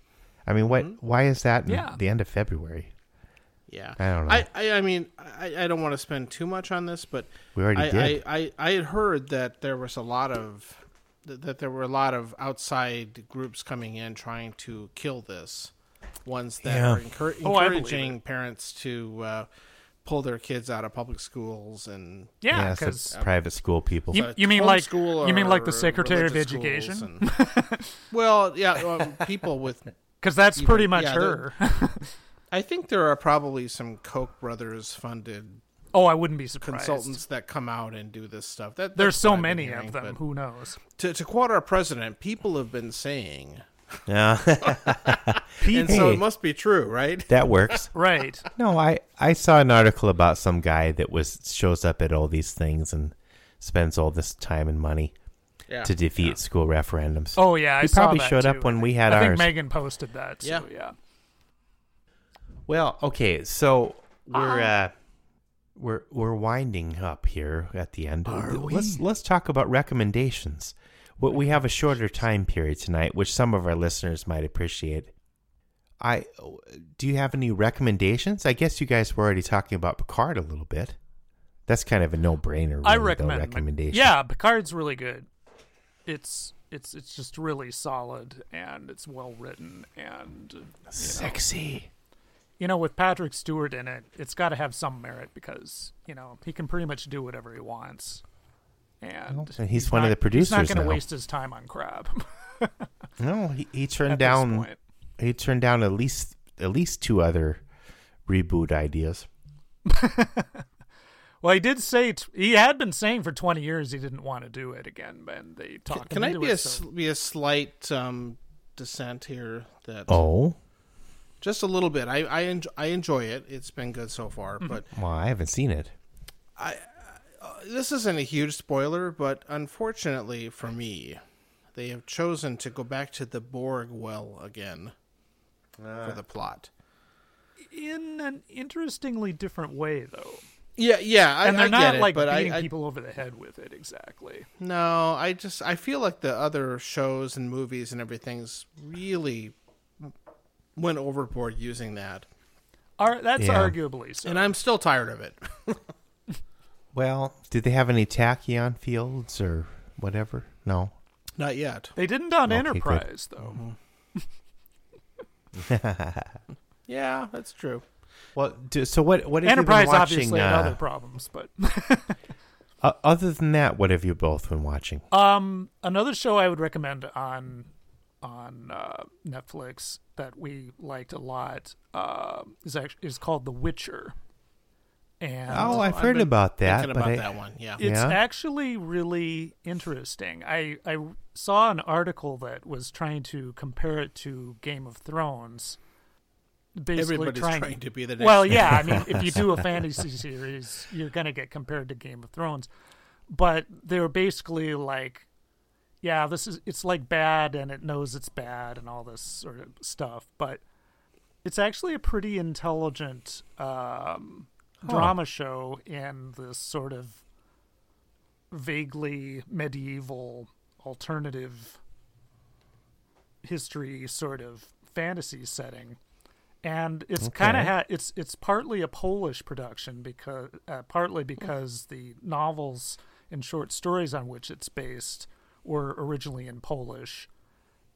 [SPEAKER 3] I mean, what? Why is that in
[SPEAKER 2] Mm-hmm. Yeah.
[SPEAKER 3] the end of February?
[SPEAKER 1] Yeah,
[SPEAKER 3] I don't know.
[SPEAKER 1] I I, I mean, I, I don't want to spend too much on this, but
[SPEAKER 3] We already
[SPEAKER 1] I,
[SPEAKER 3] did.
[SPEAKER 1] I, I I had heard that there was a lot of that that there were a lot of outside groups coming in trying to kill this. Ones that
[SPEAKER 3] Yeah.
[SPEAKER 1] are encour-
[SPEAKER 2] Oh, I believe
[SPEAKER 1] encouraging parents to uh, pull their kids out of public schools and
[SPEAKER 2] Yeah,
[SPEAKER 3] it's the
[SPEAKER 2] because
[SPEAKER 3] private school people.
[SPEAKER 2] you,
[SPEAKER 1] uh,
[SPEAKER 2] you mean like
[SPEAKER 1] homeschool
[SPEAKER 2] you mean like
[SPEAKER 1] or
[SPEAKER 2] the Secretary of
[SPEAKER 1] religious schools
[SPEAKER 2] Education?
[SPEAKER 1] and- well, yeah, um, people with.
[SPEAKER 2] Because that's pretty much
[SPEAKER 1] yeah, they're-
[SPEAKER 2] her.
[SPEAKER 1] I think there are probably some Koch brothers funded
[SPEAKER 2] oh, I wouldn't be surprised.
[SPEAKER 1] consultants that come out and do this stuff. That
[SPEAKER 2] There's
[SPEAKER 1] that's
[SPEAKER 2] so
[SPEAKER 1] what I've been
[SPEAKER 2] many
[SPEAKER 1] hearing,
[SPEAKER 2] of them.
[SPEAKER 1] but
[SPEAKER 2] Who knows?
[SPEAKER 1] To, to quote our president, people have been saying,
[SPEAKER 3] Yeah.
[SPEAKER 1] and so
[SPEAKER 3] Hey.
[SPEAKER 1] it must be true, right?
[SPEAKER 3] that works.
[SPEAKER 2] Right.
[SPEAKER 3] No, I I saw an article about some guy that was shows up at all these things and spends all this time and money
[SPEAKER 1] Yeah.
[SPEAKER 3] to defeat school referendums.
[SPEAKER 2] Oh yeah, I
[SPEAKER 3] he
[SPEAKER 2] saw
[SPEAKER 3] probably
[SPEAKER 2] that
[SPEAKER 3] showed
[SPEAKER 2] too.
[SPEAKER 3] up when we had
[SPEAKER 2] I
[SPEAKER 3] ours.
[SPEAKER 2] think Megan posted that. So, yeah.
[SPEAKER 1] Yeah.
[SPEAKER 3] well, okay, so
[SPEAKER 2] Uh-huh.
[SPEAKER 3] we're uh, we're we're winding up here at the end. Let's let's talk about recommendations. What we have a shorter time period tonight, which some of our listeners might appreciate. I do you have any recommendations? I guess you guys were already talking about Picard a little bit. That's kind of a no-brainer. Really,
[SPEAKER 2] I
[SPEAKER 3] though,
[SPEAKER 2] recommend.
[SPEAKER 3] recommendation.
[SPEAKER 2] Yeah, Picard's really good. It's it's it's just really solid and it's well written and you know,
[SPEAKER 3] sexy.
[SPEAKER 2] you know, with Patrick Stewart in it, it's got to have some merit because you know he can pretty much do whatever he wants, and
[SPEAKER 3] Well, and he's one of
[SPEAKER 2] not-
[SPEAKER 3] the
[SPEAKER 2] He's not
[SPEAKER 3] producers
[SPEAKER 2] going
[SPEAKER 3] now.
[SPEAKER 2] to waste his time on crap.
[SPEAKER 3] No, he, he turned
[SPEAKER 2] at This
[SPEAKER 3] down.
[SPEAKER 2] point.
[SPEAKER 3] He turned down at least at least two other reboot ideas.
[SPEAKER 2] Well, he did say t- he had been saying for twenty years he didn't want to do it again, and they
[SPEAKER 1] Can,
[SPEAKER 2] talked.
[SPEAKER 1] can
[SPEAKER 2] him
[SPEAKER 1] I
[SPEAKER 2] into
[SPEAKER 1] be
[SPEAKER 2] it,
[SPEAKER 1] a,
[SPEAKER 2] so-
[SPEAKER 1] sl- be a slight um, dissent here? That
[SPEAKER 3] Oh,
[SPEAKER 1] just a little bit. I I, enj- I enjoy it. It's been good so far,
[SPEAKER 2] Mm-hmm.
[SPEAKER 1] but
[SPEAKER 3] well, I haven't seen it.
[SPEAKER 1] this isn't a huge spoiler, but unfortunately for me, they have chosen to go back to the Borg well again for the plot.
[SPEAKER 2] in an interestingly different way, though,
[SPEAKER 1] Yeah, yeah, I,
[SPEAKER 2] and they're
[SPEAKER 1] I
[SPEAKER 2] not
[SPEAKER 1] get it,
[SPEAKER 2] like
[SPEAKER 1] but
[SPEAKER 2] beating
[SPEAKER 1] I, I
[SPEAKER 2] people over the head with it exactly.
[SPEAKER 1] no, I just I feel like the other shows and movies and everything's really went overboard using that,
[SPEAKER 2] Ar- that's
[SPEAKER 3] Yeah.
[SPEAKER 2] arguably so.
[SPEAKER 1] and I'm still tired of it.
[SPEAKER 3] Well, did they have any tachyon fields or whatever? No.
[SPEAKER 1] Not yet.
[SPEAKER 2] they didn't on
[SPEAKER 3] Okay, good.
[SPEAKER 2] Enterprise though.
[SPEAKER 1] Mm-hmm. Yeah, that's true.
[SPEAKER 3] Well, do, so what? What have
[SPEAKER 2] Enterprise
[SPEAKER 3] you been watching?
[SPEAKER 2] obviously had other
[SPEAKER 3] Uh,
[SPEAKER 2] problems, but
[SPEAKER 3] o- other than that, what have you both been watching?
[SPEAKER 2] Um, another show I would recommend on on uh, Netflix that we liked a lot uh, is actually is called The Witcher, and
[SPEAKER 3] oh, I've heard
[SPEAKER 1] been
[SPEAKER 3] about that.
[SPEAKER 1] Thinking
[SPEAKER 3] but
[SPEAKER 1] about
[SPEAKER 3] I-
[SPEAKER 1] that one, yeah.
[SPEAKER 2] it's
[SPEAKER 3] Yeah.
[SPEAKER 2] actually really interesting. I I saw an article that was trying to compare it to Game of Thrones. Basically
[SPEAKER 1] Everybody's
[SPEAKER 2] trying,
[SPEAKER 1] trying to be the
[SPEAKER 2] Well,
[SPEAKER 1] next-
[SPEAKER 2] yeah, I mean, if you do a fantasy series, you're gonna get compared to Game of Thrones. But they're basically like, yeah, this is it's like bad, and it knows it's bad, and all this sort of stuff. But it's actually a pretty intelligent um, drama show in this sort of vaguely medieval alternative history sort of fantasy setting and it's kind of ha- it's it's partly a Polish production because uh, partly because the novels and short stories on which it's based were originally in Polish,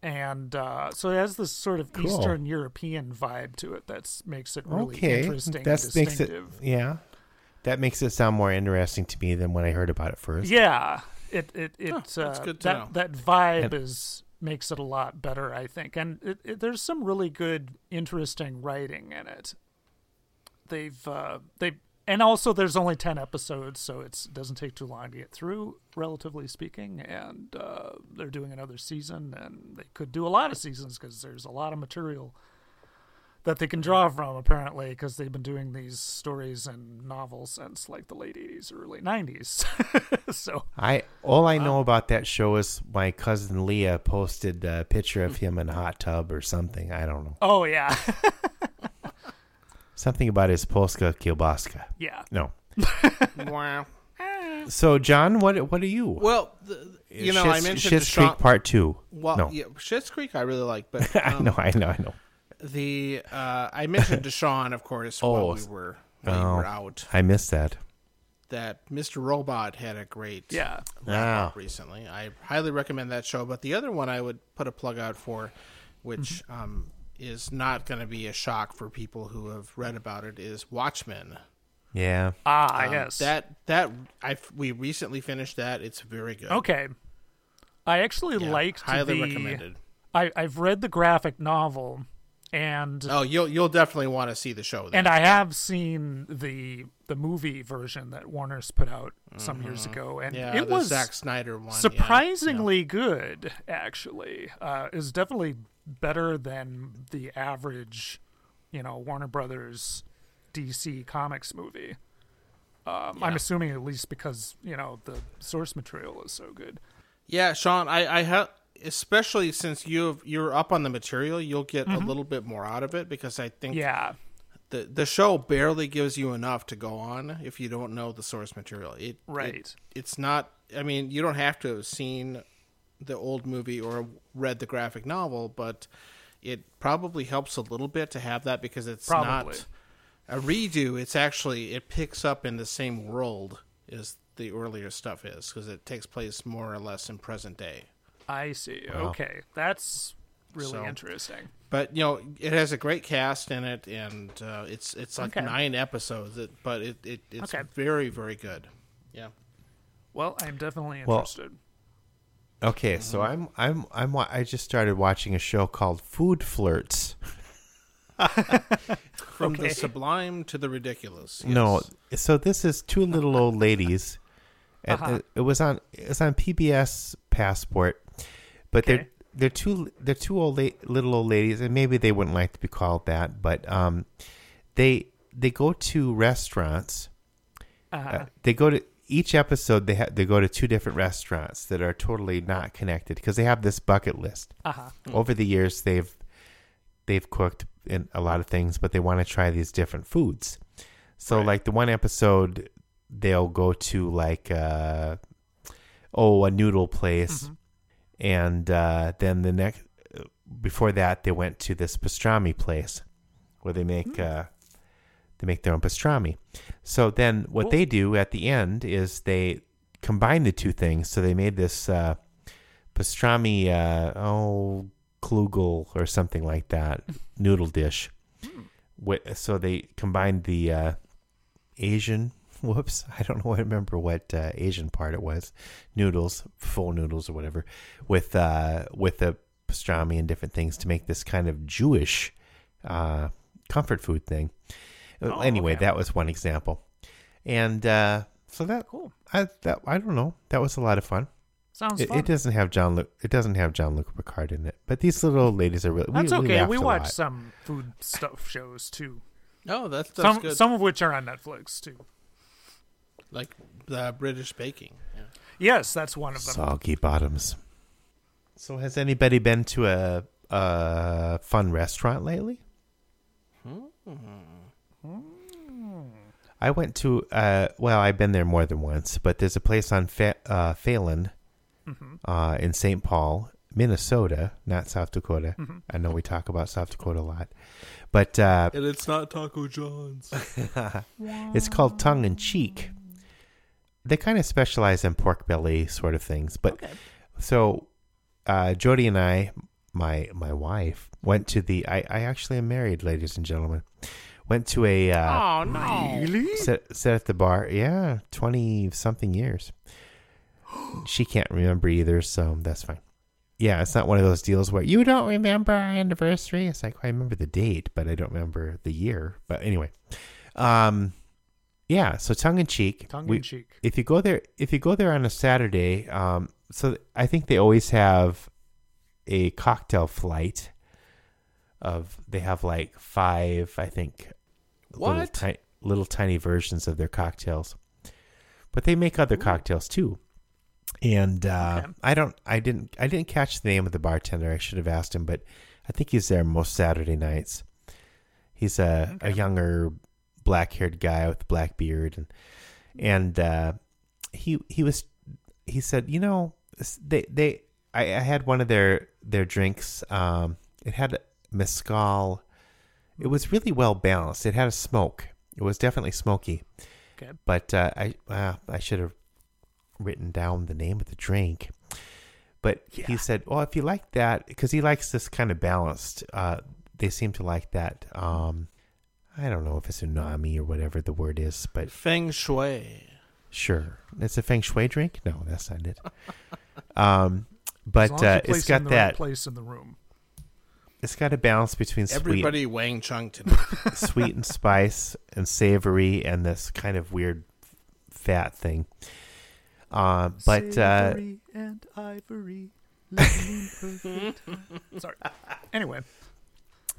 [SPEAKER 2] and uh, so it has this sort of
[SPEAKER 3] Cool.
[SPEAKER 2] Eastern European vibe to it that makes it really
[SPEAKER 3] okay,
[SPEAKER 2] interesting. and
[SPEAKER 3] that makes it.
[SPEAKER 2] distinctive.
[SPEAKER 3] Yeah, that makes it sound more interesting to me than when I heard about it first.
[SPEAKER 2] Yeah, it it it
[SPEAKER 1] that's
[SPEAKER 2] uh,
[SPEAKER 1] good to
[SPEAKER 2] that
[SPEAKER 1] know.
[SPEAKER 2] that vibe is makes it a lot better, I think. And it, it, there's some really good, interesting writing in it. They've uh, they and also there's only ten episodes, so it's doesn't take too long to get through, relatively speaking. And uh, they're doing another season, and they could do a lot of seasons because there's a lot of material that they can draw from apparently because they've been doing these stories and novels since like the late 80s early 90s so
[SPEAKER 3] I all I know about that show is my cousin Leah posted a picture of him in a hot tub or something. I don't know
[SPEAKER 2] oh yeah
[SPEAKER 3] something about his Polska kielbaska.
[SPEAKER 2] yeah
[SPEAKER 3] No.
[SPEAKER 1] wow.
[SPEAKER 3] So John, what what are you?
[SPEAKER 1] Well, the, you know, I
[SPEAKER 3] Schitt's-
[SPEAKER 1] mentioned
[SPEAKER 3] Schitt's
[SPEAKER 1] the Sean-
[SPEAKER 3] Creek Part Two.
[SPEAKER 1] Well,
[SPEAKER 3] no,
[SPEAKER 1] yeah, um, Schitt's Creek, I really like, but
[SPEAKER 3] I know, I know, I know.
[SPEAKER 1] the uh, I mentioned Deshaun, of course,
[SPEAKER 3] Oh,
[SPEAKER 1] while we were, while you
[SPEAKER 2] oh.
[SPEAKER 1] were out.
[SPEAKER 3] I missed that.
[SPEAKER 1] That Mr. Robot had a great
[SPEAKER 2] yeah Oh.
[SPEAKER 3] Wow.
[SPEAKER 1] recently. I highly recommend that show. But the other one I would put a plug out for, which
[SPEAKER 2] Mm-hmm.
[SPEAKER 1] um, is not going to be a shock for people who have read about it, is Watchmen.
[SPEAKER 3] Yeah.
[SPEAKER 2] ah yes
[SPEAKER 1] That that I we recently finished that. It's very good.
[SPEAKER 2] okay i actually
[SPEAKER 1] Yeah,
[SPEAKER 2] liked
[SPEAKER 1] highly
[SPEAKER 2] the,
[SPEAKER 1] recommended.
[SPEAKER 2] I, i've read the graphic novel and
[SPEAKER 1] Oh, you'll you'll definitely want to see the show. Then.
[SPEAKER 2] and I have seen the the movie version that Warner's put out some years ago, and
[SPEAKER 1] Mm-hmm. yeah,
[SPEAKER 2] it
[SPEAKER 1] the
[SPEAKER 2] was
[SPEAKER 1] Zack Snyder one. yeah.
[SPEAKER 2] surprisingly good. Actually, uh, is definitely better than the average, you know, Warner Brothers DC Comics movie. Um, I'm assuming at least because you know the source material is so good.
[SPEAKER 1] Yeah, Sean, I, I have especially since you've you're up on the material, you'll get a little bit more out of it because I think
[SPEAKER 2] Mm-hmm. Yeah,
[SPEAKER 1] the the show barely gives you enough to go on if you don't know the source material. It it-
[SPEAKER 2] Right.
[SPEAKER 1] it's not. I mean, you don't have to have seen the old movie or read the graphic novel, but it probably helps a little bit to have that because it's
[SPEAKER 2] Probably.
[SPEAKER 1] not a redo. It's actually it picks up in the same world as the earlier stuff is because it takes place more or less in present day.
[SPEAKER 2] I see. Okay, that's really
[SPEAKER 1] So-
[SPEAKER 2] interesting.
[SPEAKER 1] but you know it has a great cast in it and uh, it's it's like
[SPEAKER 2] Okay.
[SPEAKER 1] nine episodes it, but it, it it's
[SPEAKER 2] Okay.
[SPEAKER 1] very very good yeah
[SPEAKER 2] Well, I'm definitely
[SPEAKER 3] Well,
[SPEAKER 2] interested.
[SPEAKER 3] Okay, so
[SPEAKER 1] Um,
[SPEAKER 3] I'm I'm I'm wa- I just started watching a show called Food Flirts.
[SPEAKER 1] from the sublime to the ridiculous yes.
[SPEAKER 3] No, so this is two little old ladies, and
[SPEAKER 1] Uh-huh.
[SPEAKER 3] it, it was on it's on PBS Passport, but they're
[SPEAKER 2] Okay.
[SPEAKER 3] they're two they're two old la- little old ladies, and maybe they wouldn't like to be called that, but um, they they go to restaurants.
[SPEAKER 1] Uh-huh.
[SPEAKER 3] Uh, they go to each episode. They ha- they go to two different restaurants that are totally not connected because they have this bucket list. Uh-huh. Over the years, they've they've cooked in a lot of things, but they want to try these different foods. So like the one episode, they'll go to like uh, oh a noodle place, and uh, then the next before that they went to this pastrami place where they make uh, they make their own pastrami. So then what they do at the end is they combine the two things. So they made this uh, pastrami uh, oh klugel or something like that noodle dish. Wh- So they combined the uh, Asian. Whoops, I don't know. I remember what uh, Asian part it was, noodles, full noodles or whatever, with uh, with the pastrami and different things to make this kind of Jewish uh, comfort food thing. Uh, anyway, that was one example, and uh, so that
[SPEAKER 2] Cool.
[SPEAKER 3] I that I don't know. That was a lot of fun.
[SPEAKER 2] Sounds
[SPEAKER 3] It,
[SPEAKER 2] fun.
[SPEAKER 3] it doesn't have John. Lu- it doesn't have John Luca Picard in it, but these little old ladies are really.
[SPEAKER 2] That's
[SPEAKER 3] we,
[SPEAKER 2] okay.
[SPEAKER 3] laughed
[SPEAKER 2] We
[SPEAKER 3] a
[SPEAKER 2] watch
[SPEAKER 3] lot.
[SPEAKER 2] some food stuff shows too.
[SPEAKER 1] no that's, that's
[SPEAKER 2] some
[SPEAKER 1] good
[SPEAKER 2] some of which are on Netflix too.
[SPEAKER 1] like the british baking yeah.
[SPEAKER 2] Yes, that's one of them.
[SPEAKER 3] soggy bottoms. So, has anybody been to a a fun restaurant lately?
[SPEAKER 2] Hmm.
[SPEAKER 3] I went to uh, well, I've been there more than once, but there's a place on Fa- uh, Phelan
[SPEAKER 2] Mm-hmm.
[SPEAKER 3] uh, in St. Paul, Minnesota, not South Dakota.
[SPEAKER 2] Mm-hmm.
[SPEAKER 3] I know we talk about South Dakota a lot, but uh,
[SPEAKER 1] and it's not taco john's
[SPEAKER 3] it's called Tongue in Cheek. They kind of specialize in pork belly sort of things, but so uh, Jody and I, my my wife, went to the. I, I actually am married, ladies and gentlemen. Went to a uh,
[SPEAKER 1] oh no
[SPEAKER 3] set set at the bar. Yeah, twenty something years. she can't remember either, so that's fine. Yeah, it's not one of those deals where you don't remember our anniversary. It's like I remember the date, but I don't remember the year. But anyway, um, yeah. So tongue in cheek.
[SPEAKER 2] Tongue
[SPEAKER 3] we-
[SPEAKER 2] in cheek.
[SPEAKER 3] if you go there if you go there on a saturday um so th- i think they always have a cocktail flight of they have like five, I think, little,
[SPEAKER 1] What?
[SPEAKER 3] ti- little tiny versions of their cocktails. But they make other cocktails too. And uh, I don't, I didn't, I didn't catch the name of the bartender. I should have asked him, but I think he's there most Saturday nights. He's a, a younger black-haired guy with a black beard, and and uh, he he was he said, you know, s- they they I, I had one of their their drinks. Um, it had mezcal. It was really well balanced. It had a smoke. It was definitely smoky.
[SPEAKER 2] Okay.
[SPEAKER 3] But uh, I uh, I should have written down the name of the drink. But he said, "Well, if you like that, because he likes this kind of balanced. Uh, they seem to like that. Um, I don't know if it's unami or whatever the word is, but
[SPEAKER 1] Feng Shui.
[SPEAKER 3] Sure. It's a feng shui drink? No, that's not it. Um,
[SPEAKER 2] As long
[SPEAKER 3] but
[SPEAKER 2] as you
[SPEAKER 3] uh,
[SPEAKER 2] place
[SPEAKER 3] it's
[SPEAKER 2] it
[SPEAKER 3] got
[SPEAKER 2] in the right
[SPEAKER 3] that.
[SPEAKER 2] place in the room.
[SPEAKER 3] It's got a balance between sweet,
[SPEAKER 1] Everybody Wang Chung tonight.
[SPEAKER 3] sweet and spice and savory and this kind of weird fat thing. Uh, but uh,
[SPEAKER 2] Savory and ivory. lemon perfect. Sorry. Anyway,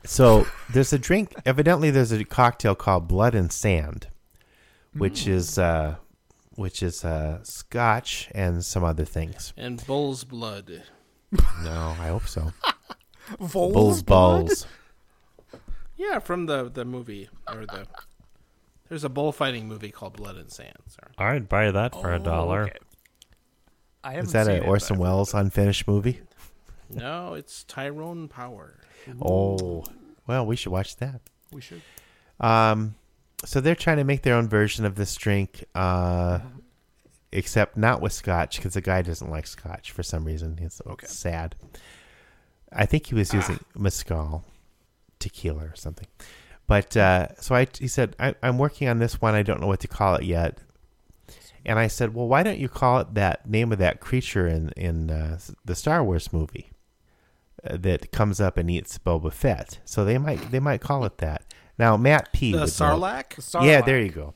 [SPEAKER 3] so there's a drink. Evidently, there's a cocktail called Blood and Sand, which
[SPEAKER 2] Hmm.
[SPEAKER 3] is uh, which is uh, Scotch and some other things.
[SPEAKER 1] and Bull's Blood.
[SPEAKER 3] No, I hope so.
[SPEAKER 2] Voles
[SPEAKER 3] Bulls
[SPEAKER 2] Oh, blood?
[SPEAKER 3] balls.
[SPEAKER 1] Yeah, from the, the movie. or the. There's a bullfighting movie called Blood and Sand. Sorry.
[SPEAKER 8] I'd buy that for a dollar.
[SPEAKER 2] Oh, Okay. I haven't
[SPEAKER 3] Is that
[SPEAKER 2] seen
[SPEAKER 3] an
[SPEAKER 2] it,
[SPEAKER 3] Orson
[SPEAKER 2] but-
[SPEAKER 3] Welles unfinished movie?
[SPEAKER 1] No, it's Tyrone Power.
[SPEAKER 3] Oh, well, we should watch that.
[SPEAKER 2] We should.
[SPEAKER 3] Um, so they're trying to make their own version of this drink, uh, except not with scotch because the guy doesn't like scotch for some reason. It's
[SPEAKER 2] Okay.
[SPEAKER 3] sad. I think he was using mezcal, tequila, or something. But uh, so I, he said, I, I'm working on this one. I don't know what to call it yet. And I said, Well, why don't you call it that name of that creature in in uh, the Star Wars movie? uh, that comes up and eats Boba Fett. So they might they might call it that. Now Matt P.
[SPEAKER 1] The
[SPEAKER 3] would know-
[SPEAKER 1] Sarlacc?
[SPEAKER 3] Yeah,
[SPEAKER 2] Sarlacc.
[SPEAKER 3] there you go.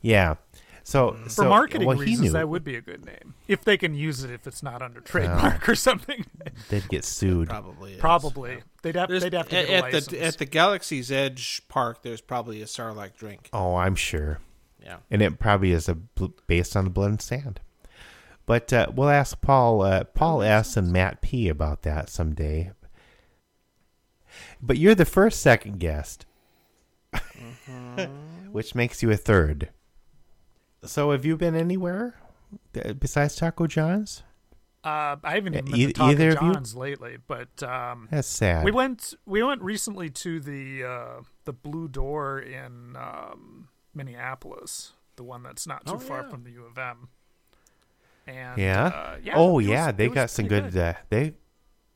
[SPEAKER 3] Yeah. So
[SPEAKER 2] For
[SPEAKER 3] so-
[SPEAKER 2] marketing
[SPEAKER 3] well, he
[SPEAKER 2] reasons,
[SPEAKER 3] knew
[SPEAKER 2] that would be a good name. If they can use it, if it's not under trademark or something,
[SPEAKER 3] they'd get sued.
[SPEAKER 1] Probably. Is.
[SPEAKER 2] probably they'd have
[SPEAKER 1] There's-
[SPEAKER 2] they'd have to
[SPEAKER 1] at,
[SPEAKER 2] get a
[SPEAKER 1] at
[SPEAKER 2] license.
[SPEAKER 1] the at the Galaxy's Edge Park. There's probably a Sarlacc drink.
[SPEAKER 3] Oh, I'm sure.
[SPEAKER 1] Yeah.
[SPEAKER 3] And it probably is a bl- based on the blood and sand. But uh, we'll ask Paul uh, Paul S and Matt P about that someday. But you're the first second guest,
[SPEAKER 2] Mm-hmm.
[SPEAKER 3] which makes you a third. So have you been anywhere uh, besides Taco John's?
[SPEAKER 2] uh, I haven't
[SPEAKER 3] Yeah,
[SPEAKER 2] even been
[SPEAKER 3] e-
[SPEAKER 2] to Taco
[SPEAKER 3] either of you?
[SPEAKER 2] John's lately, but um,
[SPEAKER 3] That's sad.
[SPEAKER 2] we went we went recently to the uh, the Blue Door in um, Minneapolis, the one that's not too
[SPEAKER 1] Oh,
[SPEAKER 2] far
[SPEAKER 1] yeah.
[SPEAKER 2] from the U of M. And
[SPEAKER 3] yeah.
[SPEAKER 2] uh, yeah
[SPEAKER 3] oh
[SPEAKER 2] it was-
[SPEAKER 3] yeah, they
[SPEAKER 2] it was
[SPEAKER 3] got some
[SPEAKER 2] pretty
[SPEAKER 3] good, Uh, they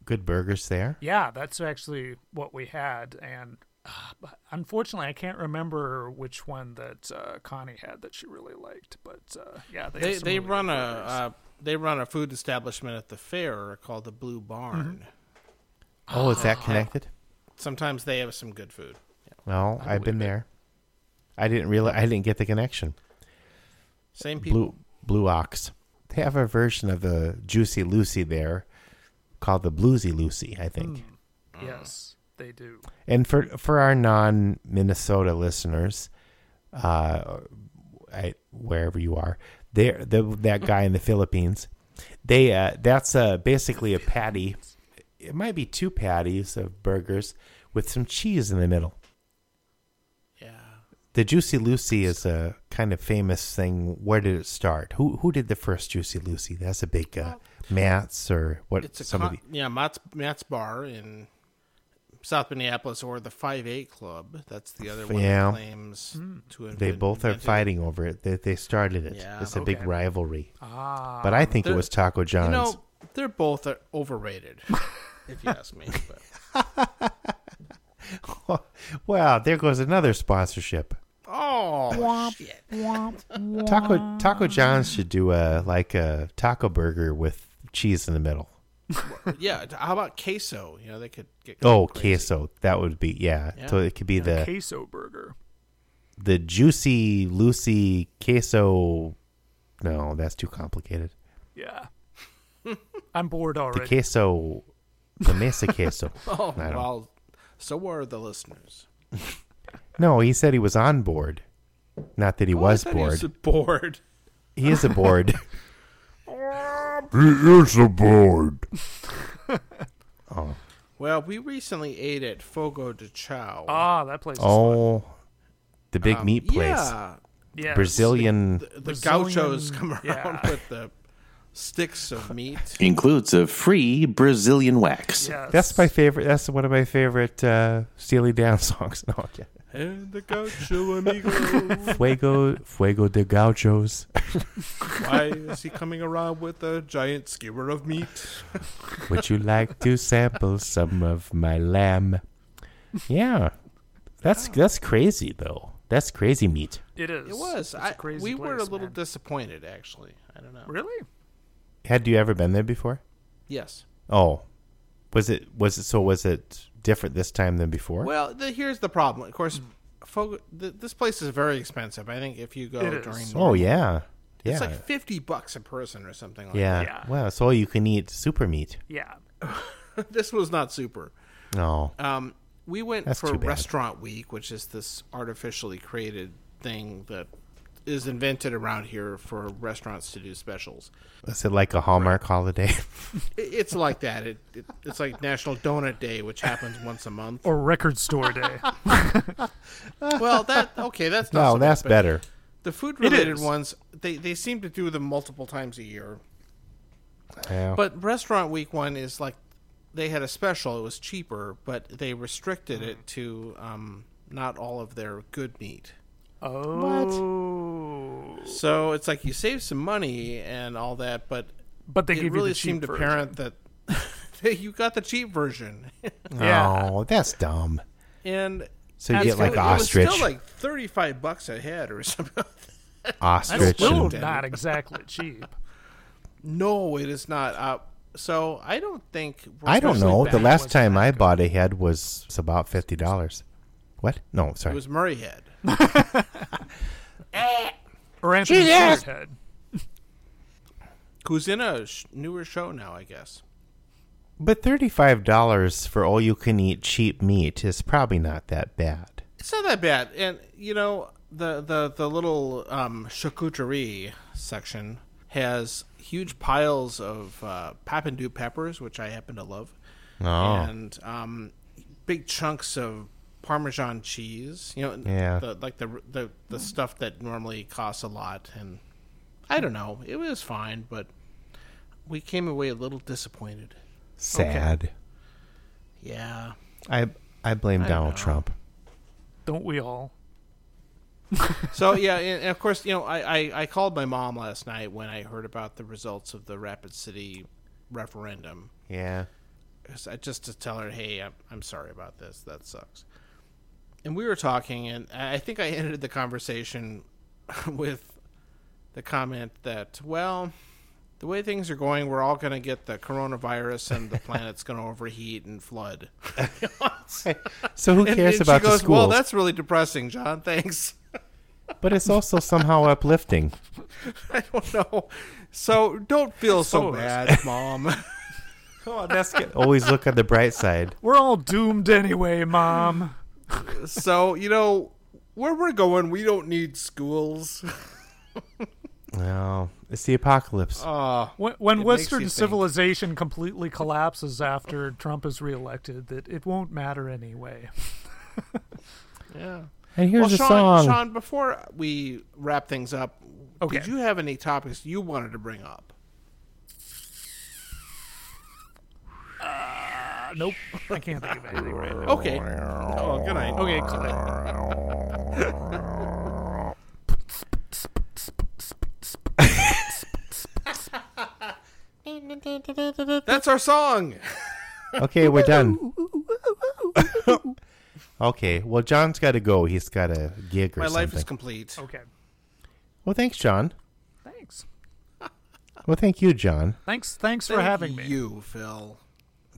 [SPEAKER 3] good burgers there.
[SPEAKER 2] Yeah, that's actually what we had, and uh, but unfortunately, I can't remember which one that uh, Connie had that she really liked. But uh, yeah, they
[SPEAKER 1] They
[SPEAKER 2] have some
[SPEAKER 1] they
[SPEAKER 2] really good
[SPEAKER 1] run a
[SPEAKER 2] burgers.
[SPEAKER 1] uh, they run a food establishment at the fair called the Blue Barn.
[SPEAKER 3] Oh, is that connected?
[SPEAKER 1] Sometimes they have some good food.
[SPEAKER 3] No, I've been there. I didn't realize I didn't get the connection.
[SPEAKER 1] Same people.
[SPEAKER 3] Blue Blue Ox. They have a version of the Juicy Lucy there called the Bluesy Lucy, I think.
[SPEAKER 2] Hmm.
[SPEAKER 1] uh,
[SPEAKER 2] yes, they do.
[SPEAKER 3] And for for our non Minnesota listeners, uh, I, wherever you are, there the, that guy in the Philippines, they uh, that's uh, basically a patty. It might be two patties of burgers with some cheese in the middle.
[SPEAKER 1] Yeah.
[SPEAKER 3] The Juicy Lucy is a kind of famous thing. Where did it start? Who who did the first Juicy Lucy? That's a big uh, Matt's or what?
[SPEAKER 1] It's a
[SPEAKER 3] somebody.
[SPEAKER 1] con- yeah Matt's Matt's Bar in South Minneapolis or the Five Eight Club. That's the other one
[SPEAKER 3] Yeah.
[SPEAKER 1] that claims
[SPEAKER 3] Hmm.
[SPEAKER 1] to have
[SPEAKER 3] they
[SPEAKER 1] been
[SPEAKER 3] both are
[SPEAKER 1] invented.
[SPEAKER 3] fighting over it. They, they started it.
[SPEAKER 1] Yeah. Ah,
[SPEAKER 3] it's a big
[SPEAKER 2] Okay.
[SPEAKER 3] rivalry. but I think it
[SPEAKER 1] They're-
[SPEAKER 3] was Taco John's.
[SPEAKER 1] You know, they're both uh, overrated, if you ask me. But
[SPEAKER 3] wow, there goes another sponsorship.
[SPEAKER 1] oh shit!
[SPEAKER 3] Taco Taco John's should do a like a taco burger with cheese in the middle.
[SPEAKER 1] Yeah, how about queso? You know, they could get
[SPEAKER 3] Oh,
[SPEAKER 1] crazy.
[SPEAKER 3] queso. That would be yeah.
[SPEAKER 1] Yeah.
[SPEAKER 3] So it could be the
[SPEAKER 2] Queso burger.
[SPEAKER 3] the juicy Lucy queso. No, that's too complicated.
[SPEAKER 2] Yeah, I'm bored already.
[SPEAKER 3] The queso, the mesa queso.
[SPEAKER 1] Oh,
[SPEAKER 3] I don't-
[SPEAKER 1] well, So are the listeners.
[SPEAKER 3] No, he said he was on board. Not that he was
[SPEAKER 1] Oh, I thought he
[SPEAKER 3] bored.
[SPEAKER 1] was bored.
[SPEAKER 3] He is a board.
[SPEAKER 4] It's a board.
[SPEAKER 1] Well, we recently ate at Fogo de Chao.
[SPEAKER 2] Ah, that place. is fun.
[SPEAKER 3] oh, the big
[SPEAKER 1] Um,
[SPEAKER 3] meat place.
[SPEAKER 1] Yeah,
[SPEAKER 2] Yes.
[SPEAKER 3] Brazilian.
[SPEAKER 1] the
[SPEAKER 2] Brazilian-
[SPEAKER 1] gauchos come around
[SPEAKER 2] yeah.
[SPEAKER 1] with the sticks of meat.
[SPEAKER 6] Includes a free Brazilian wax.
[SPEAKER 2] Yes.
[SPEAKER 3] That's my favorite. That's one of my favorite uh, Steely Dan songs. No, okay.
[SPEAKER 1] and the gaucho amigo.
[SPEAKER 3] Fuego, Fuego de Gauchos.
[SPEAKER 1] Why is he coming around with a giant skewer of meat?
[SPEAKER 3] Would you like to sample some of my lamb? Yeah, that's that's crazy though. That's crazy meat.
[SPEAKER 2] It is.
[SPEAKER 1] It was.
[SPEAKER 2] It's a
[SPEAKER 1] I,
[SPEAKER 2] crazy
[SPEAKER 1] we were a
[SPEAKER 2] place,
[SPEAKER 1] little
[SPEAKER 2] man.
[SPEAKER 1] disappointed, actually. I don't know.
[SPEAKER 2] Really?
[SPEAKER 3] Had you ever been there before?
[SPEAKER 1] Yes.
[SPEAKER 3] Oh, was it was it so was it different this time than before?
[SPEAKER 1] Well, the, here's the problem. Of course, Fogo, th- this place is very expensive. I think if you go
[SPEAKER 2] It
[SPEAKER 1] during,
[SPEAKER 2] is.
[SPEAKER 3] oh yeah, yeah,
[SPEAKER 1] it's like fifty bucks a person or something. Like
[SPEAKER 3] yeah.
[SPEAKER 2] Yeah.
[SPEAKER 3] Wow, so you can eat super meat.
[SPEAKER 2] Yeah.
[SPEAKER 1] that. this was not super.
[SPEAKER 3] Oh,
[SPEAKER 1] Um, we went
[SPEAKER 3] That's
[SPEAKER 1] for
[SPEAKER 3] too bad.
[SPEAKER 1] Restaurant Week, which is this artificially created thing that is invented around here for restaurants to do specials.
[SPEAKER 3] is it like a Hallmark holiday?
[SPEAKER 1] I- It's like that. It, it it's like National Donut Day, which happens once a month.
[SPEAKER 2] Or record store day.
[SPEAKER 1] Well, that okay, that's not
[SPEAKER 3] no,
[SPEAKER 1] so bad,
[SPEAKER 3] that's
[SPEAKER 1] but
[SPEAKER 3] better.
[SPEAKER 1] The food related
[SPEAKER 2] is.
[SPEAKER 1] ones, they they seem to do them multiple times a year.
[SPEAKER 3] Yeah.
[SPEAKER 1] But restaurant week one is like they had a special. It was cheaper, but they restricted it to um, not all of their good meat.
[SPEAKER 2] oh.
[SPEAKER 1] So it's like you save some money and all that, but
[SPEAKER 2] But they
[SPEAKER 1] it
[SPEAKER 2] give
[SPEAKER 1] really
[SPEAKER 2] you the cheap
[SPEAKER 1] seemed
[SPEAKER 2] version.
[SPEAKER 1] apparent that, that you got the cheap version,
[SPEAKER 2] Yeah.
[SPEAKER 3] Oh, that's dumb.
[SPEAKER 1] and
[SPEAKER 3] So you get like
[SPEAKER 1] it
[SPEAKER 3] ostrich,
[SPEAKER 1] was still like thirty five bucks a head or something.
[SPEAKER 3] ostrich.
[SPEAKER 2] That's still
[SPEAKER 3] and-
[SPEAKER 2] not exactly cheap.
[SPEAKER 1] no, it is not. Uh, so I don't think we're
[SPEAKER 3] I don't
[SPEAKER 1] especially
[SPEAKER 3] know.
[SPEAKER 1] back-
[SPEAKER 3] The last
[SPEAKER 2] was
[SPEAKER 3] time I bought a head was it's about fifty dollars. What? No,
[SPEAKER 1] it
[SPEAKER 3] sorry.
[SPEAKER 1] was Murray head.
[SPEAKER 2] Or Anthony Stewart's head.
[SPEAKER 1] who's in a sh- newer show now, I guess.
[SPEAKER 3] but thirty-five dollars for all you can eat cheap meat is probably not that bad.
[SPEAKER 1] It's not that bad, and you know the the the little um, charcuterie section has huge piles of uh, Papendu peppers, which I happen to love,
[SPEAKER 3] Oh.
[SPEAKER 1] and um, big chunks of Parmesan cheese. You know,
[SPEAKER 3] Yeah.
[SPEAKER 1] the, like the the the stuff that normally costs a lot, and I don't know, it was fine, but we came away a little disappointed.
[SPEAKER 3] Sad.
[SPEAKER 1] Yeah.
[SPEAKER 3] I I blame Donald Trump.
[SPEAKER 2] Don't we all?
[SPEAKER 1] So yeah, and, and of course, you know, I, I I called my mom last night when I heard about the results of the Rapid City referendum,
[SPEAKER 3] Yeah.
[SPEAKER 1] 'Cause I, just to tell her, hey, I'm I'm sorry about this. That sucks. And we were talking, and I I think I ended the conversation with the comment that, well, the way things are going, we're all going to get the coronavirus, and the planet's going to overheat and flood.
[SPEAKER 3] So who
[SPEAKER 1] And,
[SPEAKER 3] cares
[SPEAKER 1] and
[SPEAKER 3] about
[SPEAKER 1] she goes,
[SPEAKER 3] the schools?
[SPEAKER 1] well, that's really depressing, John. Thanks.
[SPEAKER 3] But it's also somehow uplifting.
[SPEAKER 1] I don't know. Oh, So don't feel so
[SPEAKER 2] Some of us.
[SPEAKER 1] bad, Mom.
[SPEAKER 3] Oh, that's good. Always look on the bright side.
[SPEAKER 2] We're all doomed anyway, Mom.
[SPEAKER 1] so, you know, where we're going, we don't need schools.
[SPEAKER 3] No, it's the apocalypse.
[SPEAKER 1] Oh.
[SPEAKER 2] When, when
[SPEAKER 1] makes
[SPEAKER 2] Western
[SPEAKER 1] you think.
[SPEAKER 2] civilization completely collapses after Trump is reelected, that it won't matter anyway.
[SPEAKER 1] Yeah.
[SPEAKER 3] and here's
[SPEAKER 1] well,
[SPEAKER 3] a
[SPEAKER 1] Sean,
[SPEAKER 3] song.
[SPEAKER 1] Sean, before we wrap things up,
[SPEAKER 2] Okay.
[SPEAKER 1] did you have any topics you wanted to bring up?
[SPEAKER 2] Uh, nope, I can't think of anything right now.
[SPEAKER 1] Okay. Oh, good night.
[SPEAKER 2] Okay, click.
[SPEAKER 1] That's our song.
[SPEAKER 3] Okay, we're done. okay, well, John's got to go. He's got a gig or
[SPEAKER 1] My life is
[SPEAKER 3] something.
[SPEAKER 1] complete.
[SPEAKER 2] okay.
[SPEAKER 3] well, thanks, John.
[SPEAKER 2] Thanks.
[SPEAKER 3] Well, thank you, John.
[SPEAKER 2] Thanks. Thanks for
[SPEAKER 1] Thank
[SPEAKER 2] having me.
[SPEAKER 1] You, Phil.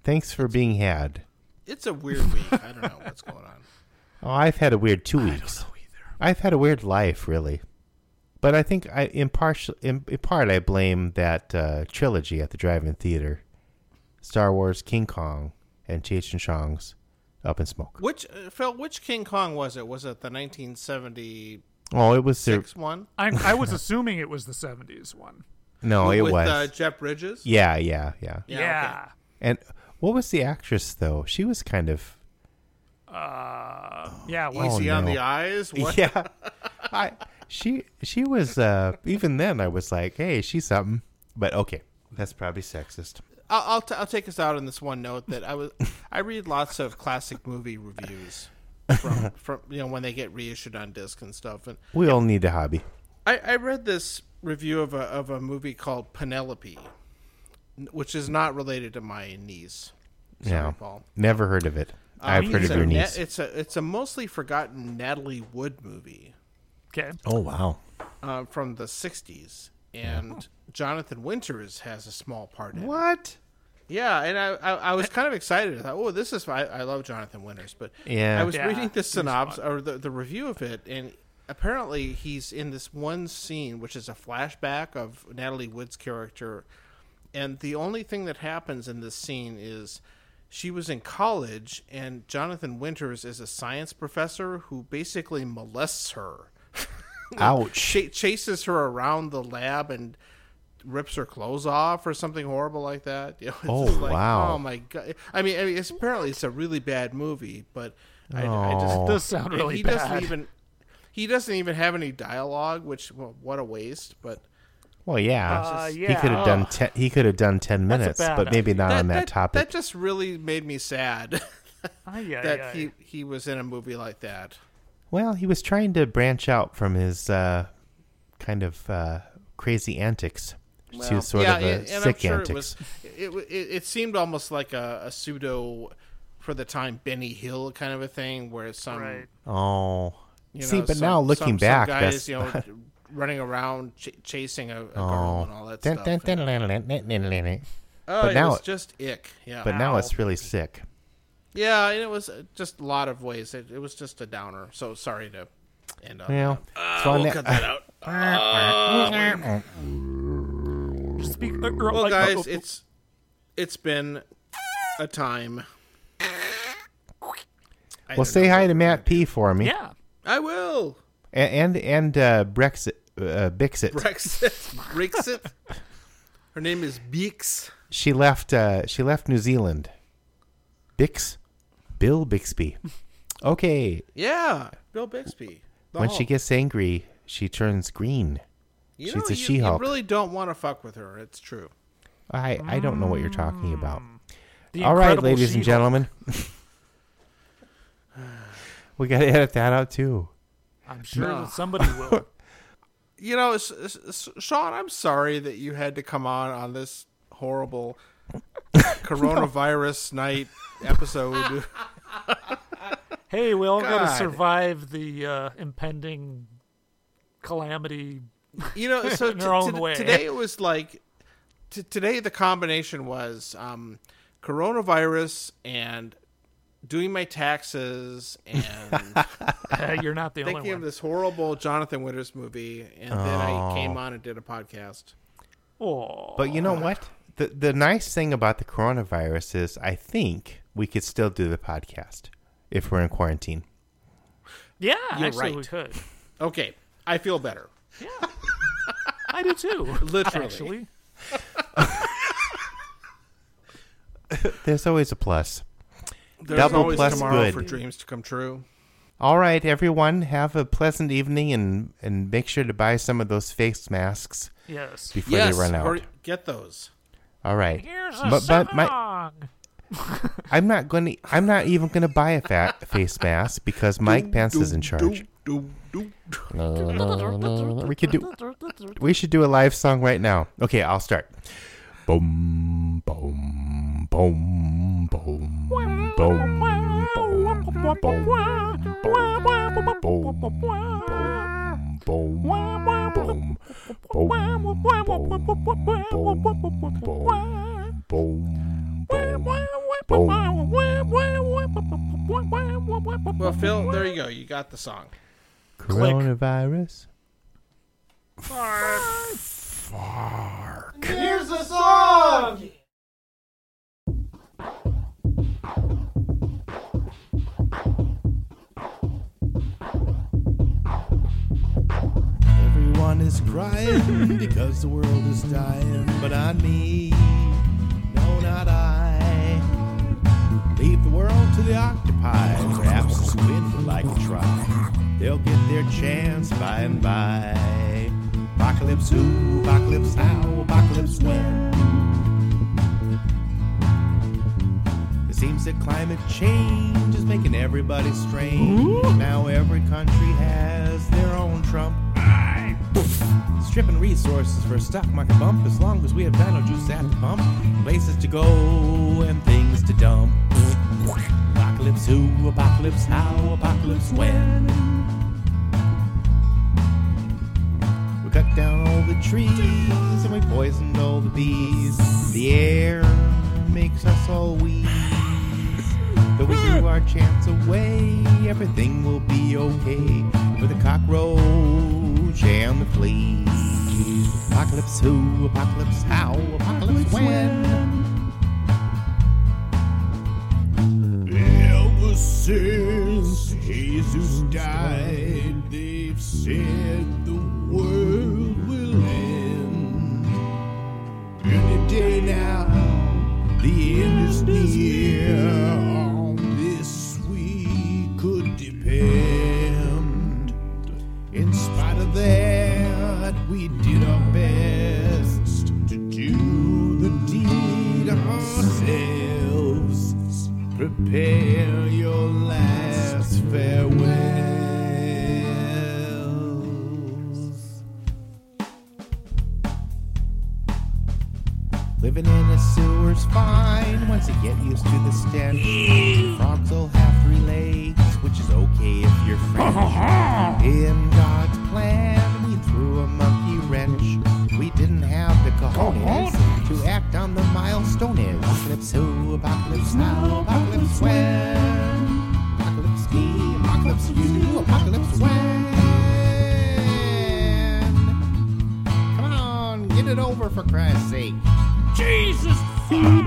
[SPEAKER 3] Thanks for being had.
[SPEAKER 1] It's a weird week. I don't know what's going on.
[SPEAKER 3] Oh, I've had a weird two weeks. I've had a weird life, really. But I think I, in, partial, in, in part, I blame that uh, trilogy at the drive-in theater: Star Wars, King Kong, and Cheech and Chong's up in smoke.
[SPEAKER 1] Which uh, Phil? Which King Kong was it? Was it the 1976
[SPEAKER 3] Oh, it was their,
[SPEAKER 1] one?
[SPEAKER 2] I'm, I was assuming it was the 70s one.
[SPEAKER 3] no, it
[SPEAKER 1] with
[SPEAKER 3] was
[SPEAKER 1] uh, Jeff Bridges.
[SPEAKER 3] yeah, yeah, yeah,
[SPEAKER 2] Yeah.
[SPEAKER 1] okay.
[SPEAKER 3] And what was the actress though? She was kind of
[SPEAKER 2] Uh, yeah. Well,
[SPEAKER 3] Oh,
[SPEAKER 1] Easy on
[SPEAKER 3] no.
[SPEAKER 1] the eyes. What?
[SPEAKER 3] yeah. I she she was uh even then I was like, hey, she's something. But okay, that's probably sexist.
[SPEAKER 1] I'll I'll, t- I'll take us out on this one note that I was I read lots of classic movie reviews from from you know when they get reissued on disc and stuff and
[SPEAKER 3] We all need a hobby.
[SPEAKER 1] I, I read this review of a of a movie called Penelope, n- which is not related to my niece. Sorry,
[SPEAKER 3] Yeah.
[SPEAKER 1] Paul.
[SPEAKER 3] Never heard of it. I've heard
[SPEAKER 1] it's
[SPEAKER 3] of
[SPEAKER 1] a
[SPEAKER 3] your
[SPEAKER 1] na-
[SPEAKER 3] niece.
[SPEAKER 1] it's a it's a mostly forgotten Natalie Wood movie
[SPEAKER 2] okay.
[SPEAKER 3] oh wow.
[SPEAKER 1] uh, from the '60s, and Jonathan Winters has a small part in it.
[SPEAKER 3] What?
[SPEAKER 1] Yeah, and I, I, I was kind of excited. I thought, oh, this is I, I love Jonathan Winters, but
[SPEAKER 3] Yeah.
[SPEAKER 1] I was
[SPEAKER 2] Yeah,
[SPEAKER 1] reading the
[SPEAKER 2] he's fun.
[SPEAKER 1] synopsis or the, the review of it, and apparently he's in this one scene, which is a flashback of Natalie Wood's character, and the only thing that happens in this scene is she was in college, and Jonathan Winters is a science professor who basically molests her
[SPEAKER 3] Ouch.
[SPEAKER 1] cha- chases her around the lab and rips her clothes off or something horrible like that. You know, it's
[SPEAKER 3] Oh,
[SPEAKER 1] just like,
[SPEAKER 3] wow.
[SPEAKER 1] Oh my god! I mean, I mean, it's apparently it's a really bad movie, but I, I just
[SPEAKER 2] It does sound
[SPEAKER 1] Oh. and
[SPEAKER 2] really
[SPEAKER 1] he
[SPEAKER 2] bad.
[SPEAKER 1] doesn't even he doesn't even have any dialogue, which well, what a waste. But
[SPEAKER 3] Well, yeah.
[SPEAKER 2] Uh,
[SPEAKER 3] He
[SPEAKER 2] yeah.
[SPEAKER 3] could have done ten. He could have done ten minutes,
[SPEAKER 2] bad
[SPEAKER 3] but maybe not on that,
[SPEAKER 1] that
[SPEAKER 3] topic.
[SPEAKER 1] just really made me sad
[SPEAKER 2] Ay, ay,
[SPEAKER 1] that
[SPEAKER 2] ay.
[SPEAKER 1] he he was in a movie like that.
[SPEAKER 3] well, he was trying to branch out from his uh, kind of uh, crazy antics to sort of a
[SPEAKER 1] and- and
[SPEAKER 3] sick
[SPEAKER 1] I'm sure
[SPEAKER 3] antics.
[SPEAKER 1] It, was, it, w- it, it seemed almost like a, a pseudo, for the time, Benny Hill kind of a thing, where it's some
[SPEAKER 2] right.
[SPEAKER 3] oh,
[SPEAKER 1] you know,
[SPEAKER 3] see, but
[SPEAKER 1] some-
[SPEAKER 3] now
[SPEAKER 1] some-
[SPEAKER 3] looking
[SPEAKER 1] some
[SPEAKER 3] back,
[SPEAKER 1] guys
[SPEAKER 3] that's
[SPEAKER 1] you know running around ch- chasing a, a girl
[SPEAKER 3] oh.
[SPEAKER 1] and all that
[SPEAKER 3] Dun,
[SPEAKER 1] stuff.
[SPEAKER 3] dun, dun, dun, dun, dun, dun, dun, dun, dun.
[SPEAKER 1] oh,
[SPEAKER 3] but
[SPEAKER 1] it
[SPEAKER 3] now-
[SPEAKER 1] was just ick. Yeah,
[SPEAKER 3] But now it's really sick.
[SPEAKER 1] yeah, and it was uh, just a lot of ways. It, it was just a downer. So sorry to end up.
[SPEAKER 3] Well, so on
[SPEAKER 1] Uh, we'll
[SPEAKER 3] that-
[SPEAKER 1] cut that out.
[SPEAKER 2] Speak, er,
[SPEAKER 3] oh,
[SPEAKER 1] Well,
[SPEAKER 2] oh,
[SPEAKER 1] guys, it's it's been a time. I
[SPEAKER 3] well,
[SPEAKER 1] don't
[SPEAKER 3] say
[SPEAKER 1] know.
[SPEAKER 3] hi to Matt P for me,
[SPEAKER 2] yeah.
[SPEAKER 1] I will.
[SPEAKER 3] A- and and uh, Brexit, uh, Bixit.
[SPEAKER 1] Brexit. Brexit. Her name is Beeks.
[SPEAKER 3] she left uh she left New Zealand. Bix Bill Bixby. Okay.
[SPEAKER 1] Yeah, Bill Bixby. The
[SPEAKER 3] when
[SPEAKER 1] Hulk.
[SPEAKER 2] Oh.
[SPEAKER 3] she gets angry, she turns green.
[SPEAKER 1] you
[SPEAKER 3] she's
[SPEAKER 1] know,
[SPEAKER 3] a
[SPEAKER 1] you,
[SPEAKER 3] She-Hulk.
[SPEAKER 1] You really don't want to fuck with her. It's true.
[SPEAKER 3] I I don't know what you're talking about.
[SPEAKER 2] Mm. The
[SPEAKER 3] All right,
[SPEAKER 2] Incredible
[SPEAKER 3] ladies and
[SPEAKER 2] She-Hulk.
[SPEAKER 3] gentlemen. we got to edit that out too.
[SPEAKER 2] I'm sure that somebody will.
[SPEAKER 1] You know, S- S- S- Sean, I'm sorry that you had to come on on this horrible coronavirus night episode.
[SPEAKER 2] Hey, we all got
[SPEAKER 1] God.
[SPEAKER 2] to survive the uh, impending calamity.
[SPEAKER 1] you know, so
[SPEAKER 2] In
[SPEAKER 1] t-
[SPEAKER 2] her own
[SPEAKER 1] t-
[SPEAKER 2] way.
[SPEAKER 1] today it was like t- today the combination was um, coronavirus and doing my taxes and
[SPEAKER 2] Uh, you're not the only
[SPEAKER 1] thinking of
[SPEAKER 2] one.
[SPEAKER 1] this horrible Jonathan Winters movie, and then I came on and did a podcast.
[SPEAKER 2] oh,
[SPEAKER 3] But you know what? The the nice thing about the coronavirus is I think we could still do the podcast if we're in quarantine.
[SPEAKER 2] yeah,
[SPEAKER 1] You're
[SPEAKER 2] actually we
[SPEAKER 1] right.
[SPEAKER 2] could.
[SPEAKER 1] Okay, I feel better.
[SPEAKER 2] I do too.
[SPEAKER 1] Literally.
[SPEAKER 2] Actually,
[SPEAKER 3] There's always a plus.
[SPEAKER 1] There's
[SPEAKER 3] Double
[SPEAKER 1] always
[SPEAKER 3] plus
[SPEAKER 1] tomorrow
[SPEAKER 3] good.
[SPEAKER 1] for dreams to come true.
[SPEAKER 3] All right, everyone, have a pleasant evening and, and make sure to buy some of those face masks
[SPEAKER 2] yes.
[SPEAKER 3] before they run out.
[SPEAKER 1] hurry- get those.
[SPEAKER 3] All right.
[SPEAKER 2] Here's a
[SPEAKER 3] but, but my,
[SPEAKER 2] song.
[SPEAKER 3] I'm not going to I'm not even going to buy a fat face mask because Mike Pence is in charge. We could do We should do a live song right now. Okay, I'll start. Boom boom boom boom boom boom boom boom boom boom boom
[SPEAKER 1] Well, Phil, there you go. You got the song.
[SPEAKER 3] Coronavirus. crying because the world is dying. But on me, no, not I. Leave the world to the octopi. Perhaps the wind would like to try. They'll get their chance by and by. Apocalypse who? Apocalypse how? Apocalypse when? It seems that climate change is making everybody strange. Now every country has their own Trump. Stripping resources for a stock market bump as long as we have dino juice at the pump. Places to go and things to dump. Apocalypse who, apocalypse how, apocalypse when. We cut down all the trees and we poisoned all the bees. The air makes us all wheeze. Though we threw our chance away, everything will be okay for the cockroach and the flea. Apocalypse who, apocalypse how, apocalypse when. Ever since Jesus died, they've said the world will end. Any day now, the end is near. On this we could depend. In spite of that, we did our best to do the deed ourselves. Prepare your last farewells. Living in a sewer's fine once you get used to the stench. Frogs will have three legs, which is okay if you're French. in God's plan, we threw a monkey wrench. We didn't have the cojones to act on the milestone is. Apocalypse who, apocalypse now, apocalypse when. Apocalypse me, apocalypse you, apocalypse when. Come on, get it over for Christ's sake. Jesus fuck!